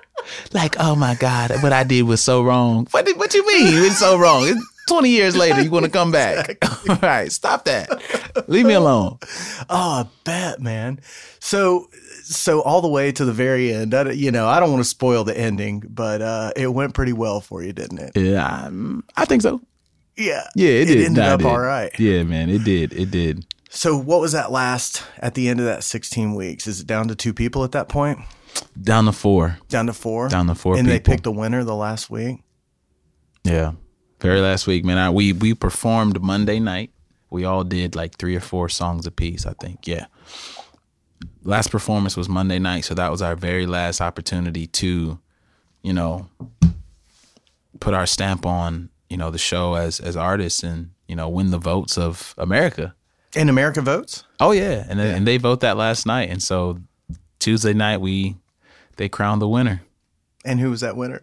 Like, oh my God, what I did was so wrong. What did, what you mean? It's so wrong. It's 20 years later, you want to come back. All right, stop that. Leave me alone. Oh, I bet, man. So, so all the way to the very end. I, you know, I don't want to spoil the ending, but uh, it went pretty well for you, didn't it? Yeah, I'm- I, think so. Yeah, Yeah, it, did. ended Nah, it up did. all right. Yeah, man, it did. It did. So, what was that last at the end of that sixteen weeks? Is it down to two people at that point? Down to four. Down to four. Down to four And they people. picked the winner the last week. Yeah. Very last week, man. I, we we performed Monday night. We all did like three or four songs apiece, I think. Yeah. Last performance was Monday night, so that was our very last opportunity to, you know, put our stamp on, you know, the show as as artists and, you know, win the votes of America. And America votes? Oh yeah, and and they vote that last night, and so Tuesday night we they crowned the winner. And who was that winner?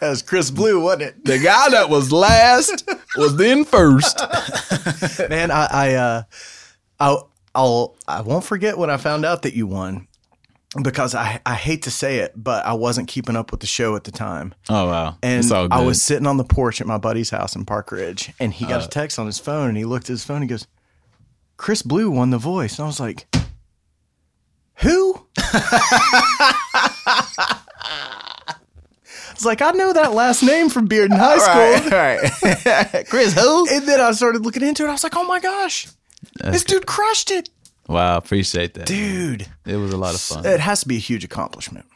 That was Chris Blue, wasn't The guy that was last was then first. it? Man, I I uh I I'll I won't forget when I found out that you won because I I hate to say it, but I wasn't keeping up with the show at the time. Oh wow, And it's all good. Uh. I was sitting on the porch at my buddy's house in Park Ridge, and he got a text on his phone, and he looked at his phone, and he goes, "Chris Blue won the voice," and I was like, "Who?" It's like I know that last name from Bearden High School, Chris who? and then I started looking into it. I was like, "Oh my gosh, this dude crushed it, Wow, appreciate that. dude!" It was a lot of fun. It has to be a huge accomplishment.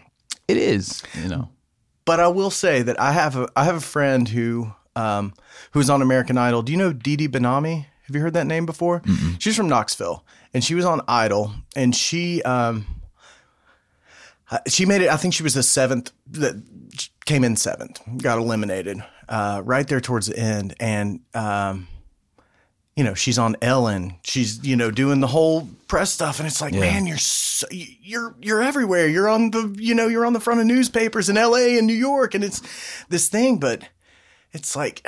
It is, you know. But I will say that I have a I have a friend who um, who's on American Idol. Do you know Dee Dee Benami? Have you heard that name before? She's from Knoxville, and she was on Idol, and she um, uh, she made it. I think she was the seventh that came in seventh, got eliminated uh, right there towards the end, and um, you know she's on Ellen. She's you know doing the whole press stuff, and it's like, man, you're so, you're you're everywhere. You're on the you know you're on the front of newspapers in L.A. and New York, and it's this thing, but it's like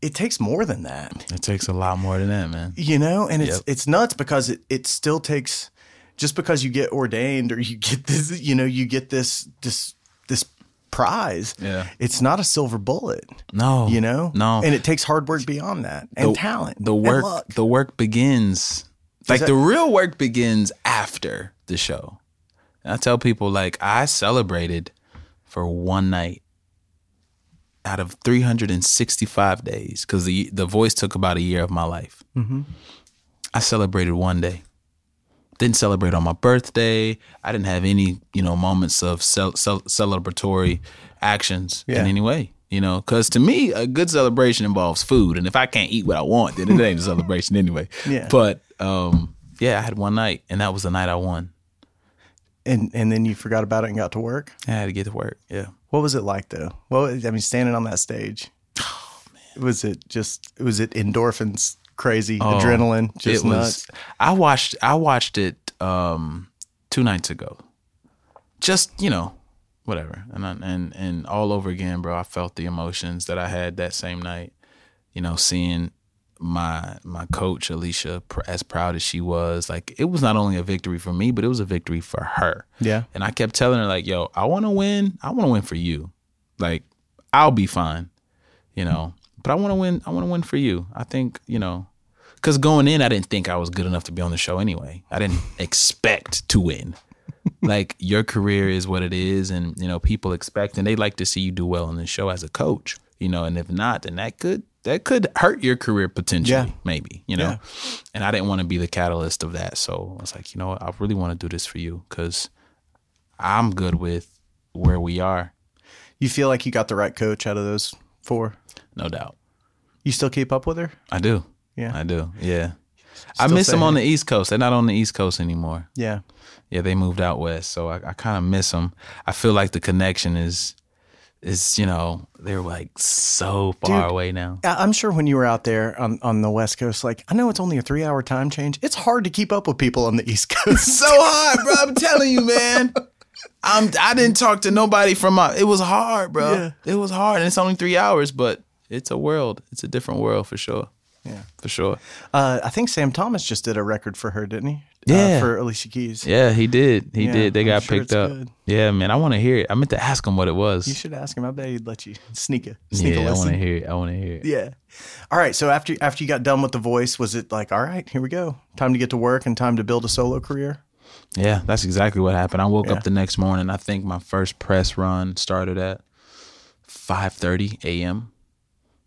it takes more than that It takes a lot more than that, man. you know and it's it's nuts because it, it still takes just because you get ordained or you get this you know you get this this this prize Yeah. it's not a silver bullet No. you know No. and it takes hard work beyond that and talent the and work luck. the work begins like the real work begins after the show And i tell people like i celebrated for one night out of 365 days because the, the voice took about a year of my life i celebrated one day didn't celebrate on my birthday i didn't have any you know moments of cel- cel- celebratory actions Yeah. in any way you know because to me a good celebration involves food and if i can't eat what i want then it ain't a celebration anyway Yeah. but um yeah i had one night and that was the night i won and and then you forgot about it and got to work i had to get to work yeah what was it like though well i mean standing on that stage Oh, was it just was it endorphins crazy adrenaline just Oh, it was nuts i watched i watched it um two nights ago just you know whatever and I, and and all over again bro i felt the emotions that i had that same night you know seeing my my coach alicia pr- as proud as she was like it was not only a victory for me but it was a victory for her yeah and I kept telling her, like, yo, I want to win. I want to win for you. Like, I'll be fine, you know, but I want to win. I want to win for you. I think, you know, because going in, I didn't think I was good enough to be on the show anyway. I didn't expect to win. like, your career is what it is. And, you know, people expect and they like to see you do well on the show as a coach, you know, and if not, then that could. That could hurt your career potentially, Yeah. maybe, you know? And I didn't want to be the catalyst of that. So I was like, you know what? I really want to do this for you because I'm good with where we are, you feel like you got the right coach out of those four no doubt. you still keep up with her I do. Yeah. I do. Yeah. I miss them same. on the East Coast. They're not on the East Coast anymore. yeah Yeah, they moved out west, so I, I kind of miss them. I feel like the connection is, is you know, they're like so far away now. I- I'm sure when you were out there on, on the West Coast, like I know it's only a three hour time change. It's hard to keep up with people on the East Coast. so hard, bro. I'm telling you, man. I'm. I didn't talk to nobody from my. It was hard, bro. Yeah. It was hard, and it's only three hours, but it's a world. It's a different world for sure. Yeah. for sure. Uh, I think Sam Thomas just did a record for her, didn't he? Yeah. Uh, for Alicia Keys. Yeah, he did. He Yeah, did. They I'm got sure picked it's up. good. Yeah, man. I want to hear it. I meant to ask him what it You was. should ask him. I bet he'd let you sneak a sneak Yeah, a I want listen. to hear it. I want to hear it. Yeah. All right. So after after you got done with the voice, was it like, all right, here we go, time to get to work and time to build a solo career? Yeah, that's exactly what happened. I woke Yeah. up the next morning. I think my first press run started at 5:30 a.m.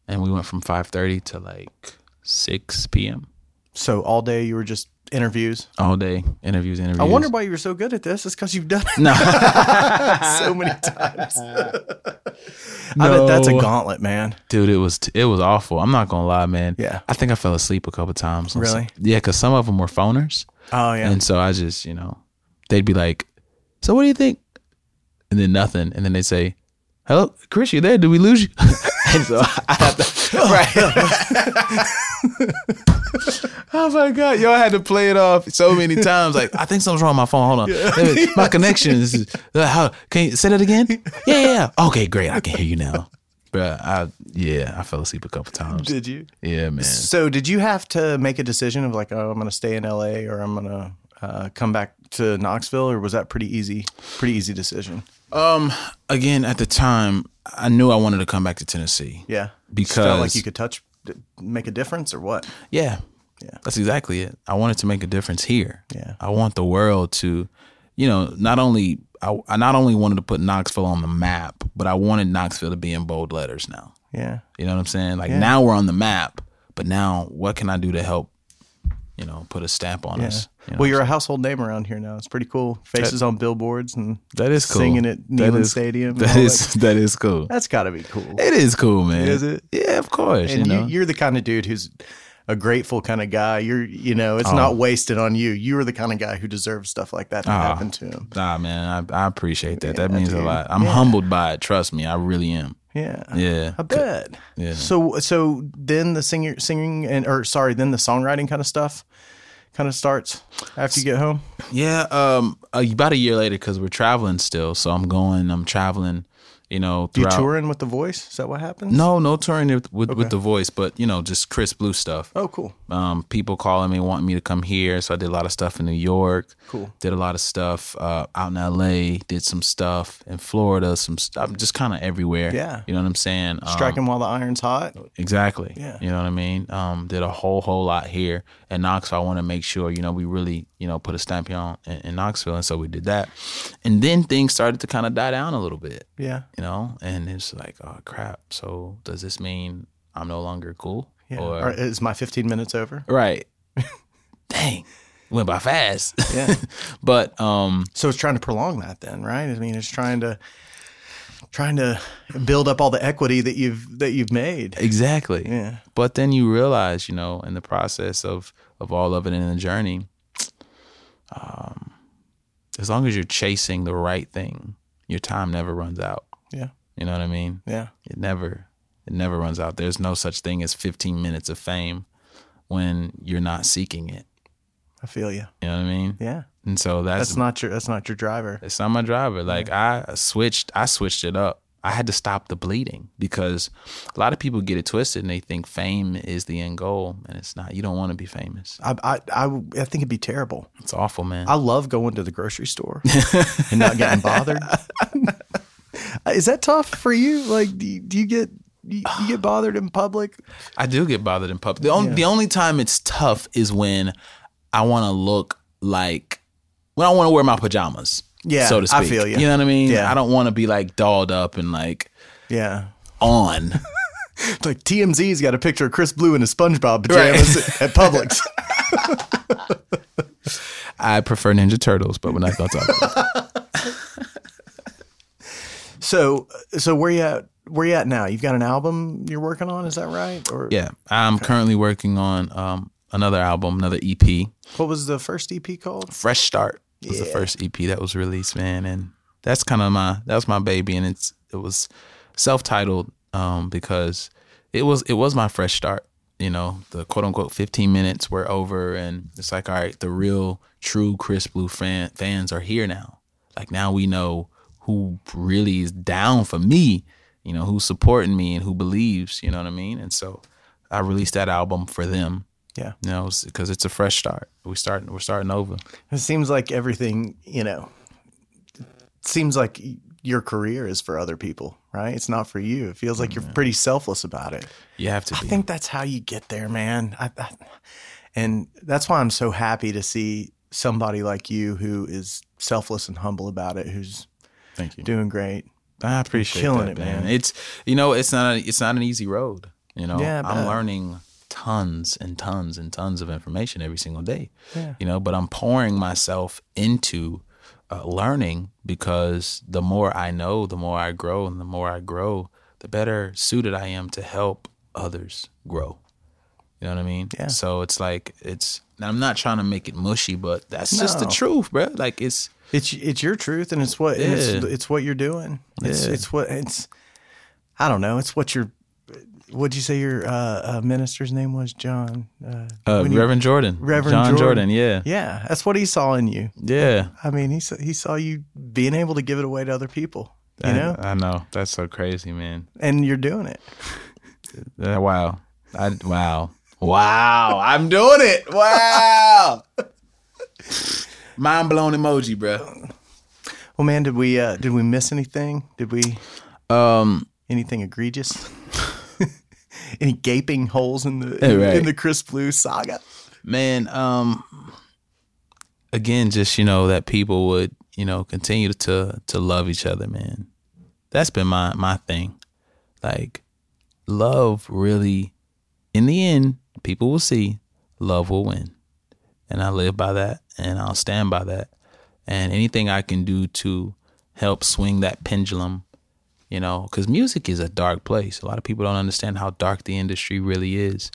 and we went from 5:30 to like 6 p.m. So all day you were just interviews. all day interviews, interviews. I wonder why you were so good at this. It's because you've done it so many times. I bet that's a No. gauntlet, man. dude it was it was awful i'm not gonna lie man Yeah. i think i fell asleep a couple times on Really? some- yeah because some of them were phoners Oh yeah. and so i just you know they'd be like so what do you think and then nothing and then they'd say hello chris you there did we lose you and so i have to right Oh my god, yo! I had to play it off so many times. Like, I think something's wrong with my phone. Hold on, Let me- my connection is. uh, How can you say that again? Yeah, yeah, yeah. Okay, great. I can hear you now, Bruh, I yeah, I fell asleep a couple times. Did you? Yeah, man. So did you have to make a decision of like, oh, I'm going to stay in LA or I'm going to uh, come back to Knoxville, or was that pretty easy? Pretty easy decision. Um, again, at the time, I knew I wanted to come back to Tennessee. Yeah, Because- felt like you could touch, make a difference, or what? Yeah. Yeah. That's exactly it. I wanted to make a difference here. Yeah. I want the world to, you know, not only I, I not only wanted to put Knoxville on the map, but I wanted Knoxville to be in bold letters now. Yeah, You know what I'm saying? Like now we're on the map, but now what can I do to help, you know, put a stamp on yeah. us? You know? well, you're a household name around here now. It's pretty cool. Faces on billboards and that is cool. singing at That Neyland is- Stadium and That all is that is cool. that's got to be cool. It is cool, man. Is it? Yeah, of course. And you you know? you, are the kind of dude who's a grateful kind of guy. You're, you know, it's not wasted on you. You're the kind of guy who deserves stuff like that to happen to him. Nah, man, I, I appreciate that. that Yeah, means a dude. lot. I'm humbled by it. Trust me, I really am. Yeah. Yeah. I bet. Yeah. So so then the singer singing and or sorry, then the songwriting kind of stuff kind of starts after you get home. Yeah. Um, about a year later, because we're traveling still. So I'm going. I'm traveling. You know, You throughout. touring with the voice? Is that what happens? No, no touring with with, with the voice, but you know, just Chris Blue stuff. Oh, cool. Um, people calling me, wanting me to come here. So I did a lot of stuff in New York. Cool. Did a lot of stuff uh, out in L.A. Did some stuff in Florida. Some. St- I'm just kind of everywhere. Yeah. You know what I'm saying? Um, Strike 'em while the iron's hot. Exactly. Yeah. You know what I mean? Um, did a whole whole lot here in Knoxville. I want to make sure you know we really you know put a stamp on in, in Knoxville, and so we did that. And then things started to kind of die down a little bit, Yeah. you know. And it's like, oh crap. So does this mean I'm no longer cool? Yeah. Or- Or is my 15 minutes over? right. Dang, went by fast. Yeah. but um, so it's trying to prolong that then, right? I mean, it's trying to trying to build up all the equity that you've that you've made. Exactly. Yeah. But then you realize, you know, in the process of of all of it and in the journey, um, as long as you're chasing the right thing, your time never runs out. Yeah. You know what I mean? Yeah. It never it never runs out. There's no such thing as 15 minutes of fame when you're not seeking it. I feel you. You know what I mean? Yeah. And so that's, That's not your that's not your driver. it's not my driver. Like I switched, I switched it up. I had to stop the bleeding because a lot of people get it twisted and they think fame is the end goal, and it's not. You don't want to be famous. I I I, I think it'd be terrible. It's awful, man. I love going to the grocery store and not getting bothered. Is that tough for you? Like, do you, do you get do you, you get bothered in public? I do get bothered in public. The only the only time it's tough is when I want to look like when I want to wear my pajamas. Yeah, so to speak. I feel you. You know what I mean? Yeah. I don't want to be like dolled up and like Yeah, on. It's like TMZ's got a picture of Chris Blue in his SpongeBob pajamas at Publix. I prefer Ninja Turtles, but we're not gonna talk. About it. So, so where you at? Where you at now? You've got an album you're working on, is that right? Or Yeah, I'm currently working on um, another album, another E EP. what was the first EP called? Fresh Start was the first EP that was released, man, and that's kind of my that was my baby, and it's it was self titled um, because it was it was my fresh start. You know, the quote unquote 15 minutes were over, and it's like, all right, the real, true Chris Blue fan, fans are here now. Like now we know who really is down for me. You know, who's supporting me and who believes. You know what I mean? And so, I released that album for them. Yeah. You know, because it's a fresh start. We starting we're starting over. It seems like everything, you know, it seems like your career is for other people, right? It's not for you. It feels like you're Mm-hmm. pretty selfless about it. You have to be. I think that's how you get there, man. I, I, and that's why I'm so happy to see somebody like you who is selfless and humble about it, who's Thank you. doing great. I appreciate killing it, that, man. man. It's you know, it's not a, it's not an easy road. You know, Yeah, uh, I I'm bet. learning tons and tons and tons of information every single day. Yeah. You know, but I'm pouring myself into uh, learning because the more I know, the more I grow, and the more I grow, the better suited I am to help others grow. You know what I mean? Yeah. So it's like it's. And I'm not trying to make it mushy, but that's just the No. truth, bro. Like it's It's it's your truth, and it's what and it's Yeah. it's what you're doing. It's Yeah. it's what it's. I don't know. It's what you're what'd you say your uh, uh, minister's name was? John. Uh, Uh, when you- Reverend Jordan, Reverend John Jordan. Jordan, yeah, yeah, that's what he saw in you. yeah. I mean, he saw, he saw you being able to give it away to other people, you know, I, I know that's so crazy, man. and you're doing it. Uh, wow, I wow, wow. I'm doing it. Wow. Mind blown emoji, bro. Well, man, did we uh, did we miss anything? Did we Um, anything egregious? Any gaping holes in the Yeah, right. in the Chris Blue saga? man. Um, again, just you know that people would you know continue to to love each other, man. That's been my my thing. Like, love really, in the end, people will see love will win. and I live by that and I'll stand by that. And anything I can do to help swing that pendulum, you know, because music is a dark place. A lot of people don't understand how dark the industry really is.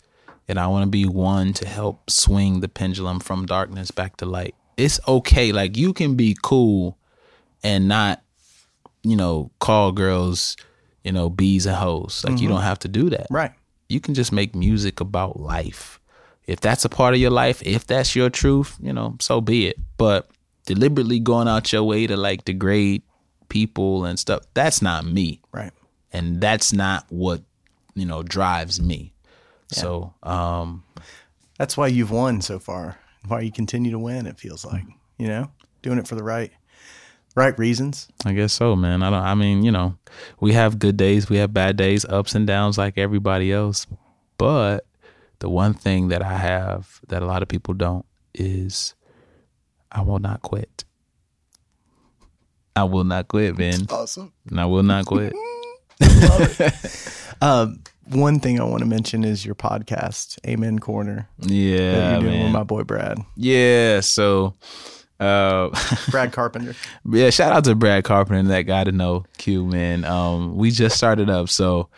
And I want to be one to help swing the pendulum from darkness back to light. It's okay. Like you can be cool and not, you know, call girls, you know, bees and hoes. Like you don't have to do that Right. you can just make music about life. If that's a part of your life, if that's your truth, you know, so be it. But deliberately going out your way to like degrade people and stuff, that's not me. Right. And that's not what, you know, drives me. So, um, That's why you've won so far. Why you continue to win? It feels like you know doing it for the right right reasons. I guess so, man. I don't, I mean, you know, we have good days, we have bad days, ups and downs like everybody else. But the one thing that I have that a lot of people don't is I will not quit. I will not quit, man. Awesome. And I will not quit. Uh, One thing I want to mention is your podcast, Amen Corner, that Yeah, you're doing with man. my boy Brad, yeah. So, uh, Brad Carpenter. yeah, shout out to Brad Carpenter and that guy to know Q man. Um, we just started up, so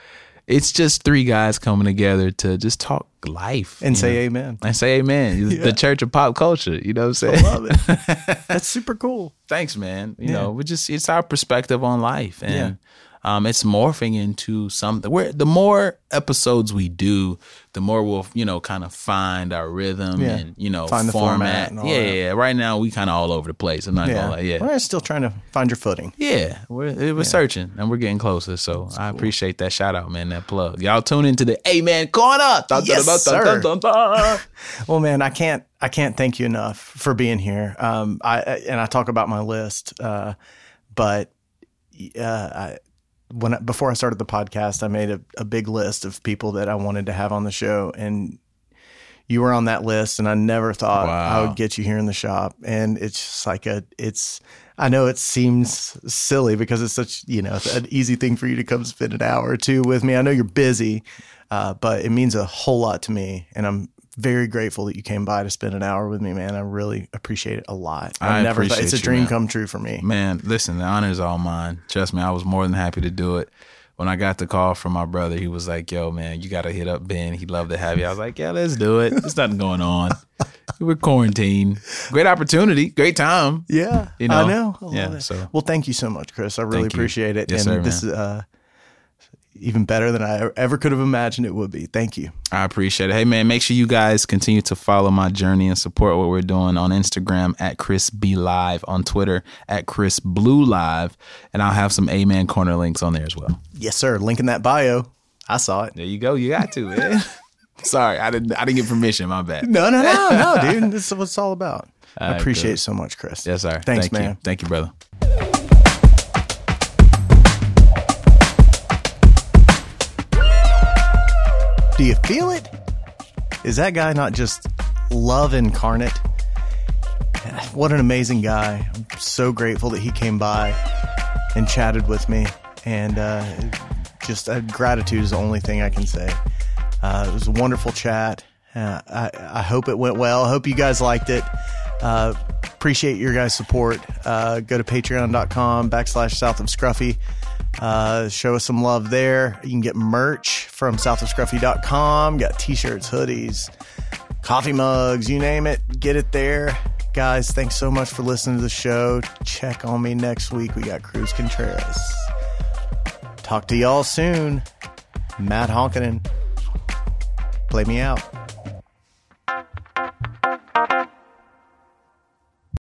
it's just three guys coming together to just talk life and you say know, amen. and say amen. It's The church of pop culture, you know what I'm saying? Love it. That's super cool. Thanks, man. You Yeah. know, we just it's our perspective on life, and Yeah. um, it's morphing into something. Where the more episodes we do, the more we'll you know kind of find our rhythm Yeah. and you know Find the format format. and all yeah, that. yeah. Right now we kind of all over the place. I'm not Yeah. gonna lie. Yeah, We're still trying to find your footing. yeah, we're, we're searching and we're getting closer. So I appreciate that shout out, man. That plug. Y'all tune into the Amen Corner. Dun, Yes, dun, dun, dun, dun, dun. Well, man, I can't I can't thank you enough for being here. Um, I I- and I talk about my list, uh, but uh, I, when I, before I started the podcast, I made a, a big list of people that I wanted to have on the show, and you were on that list. And I never thought I Wow. would get you here in the shop. And it's just like a it's. I know it seems silly because it's such you know an easy thing for you to come spend an hour or two with me. I know you're busy, uh, but it means a whole lot to me, and I'm very grateful that you came by to spend an hour with me, man. I really appreciate it a lot. I never thought it's appreciate a you, dream man. come true for me. Man, listen, the honor is all mine. Trust me, I was more than happy to do it. When I got the call from my brother, he was like, "Yo, man, you gotta hit up Ben. He'd love to have you." I was like, "Yeah, let's do it. There's nothing going on. We're quarantined. Great opportunity. Great time. Yeah, You know? I know. I love Yeah, it. so- well, thank you so much, Chris. I really Thank you. appreciate it. Yes, and sir, this is uh, even better than I e-, ever could have imagined it would be. Thank you. I appreciate it. Hey, man, make sure you guys continue to follow my journey and support what we're doing on Instagram at Chris B Live, on Twitter at Chris Blue Live, and I'll have some Amen Corner links on there as well. Yes, sir. Link in that bio. I saw it. There you go. You got to man. Sorry, I didn't. I didn't get permission. My bad. No, no, no, no, dude. This is what it's all about. I right, appreciate it so much, Chris. Yes, sir. Thanks, Thank man. You. Thank you, brother. Do you feel it? Is that guy not just love incarnate? What an amazing guy. I'm so grateful that he came by and chatted with me. And uh, just uh, gratitude is the only thing I can say. Uh, it was a wonderful chat. Uh, I, I hope it went well. I hope you guys liked it. Uh, appreciate your guys' support. Uh, go to patreon.com backslash south of scruffy. Uh, show us some love there. You can get merch from southofscruffy.com. Got t shirts, hoodies, coffee mugs, you name it. Get it there. Guys, thanks so much for listening to the show. Check on me next week. We got Cruz Contreras. Talk to y'all soon. Matt Honkinen. Play me out.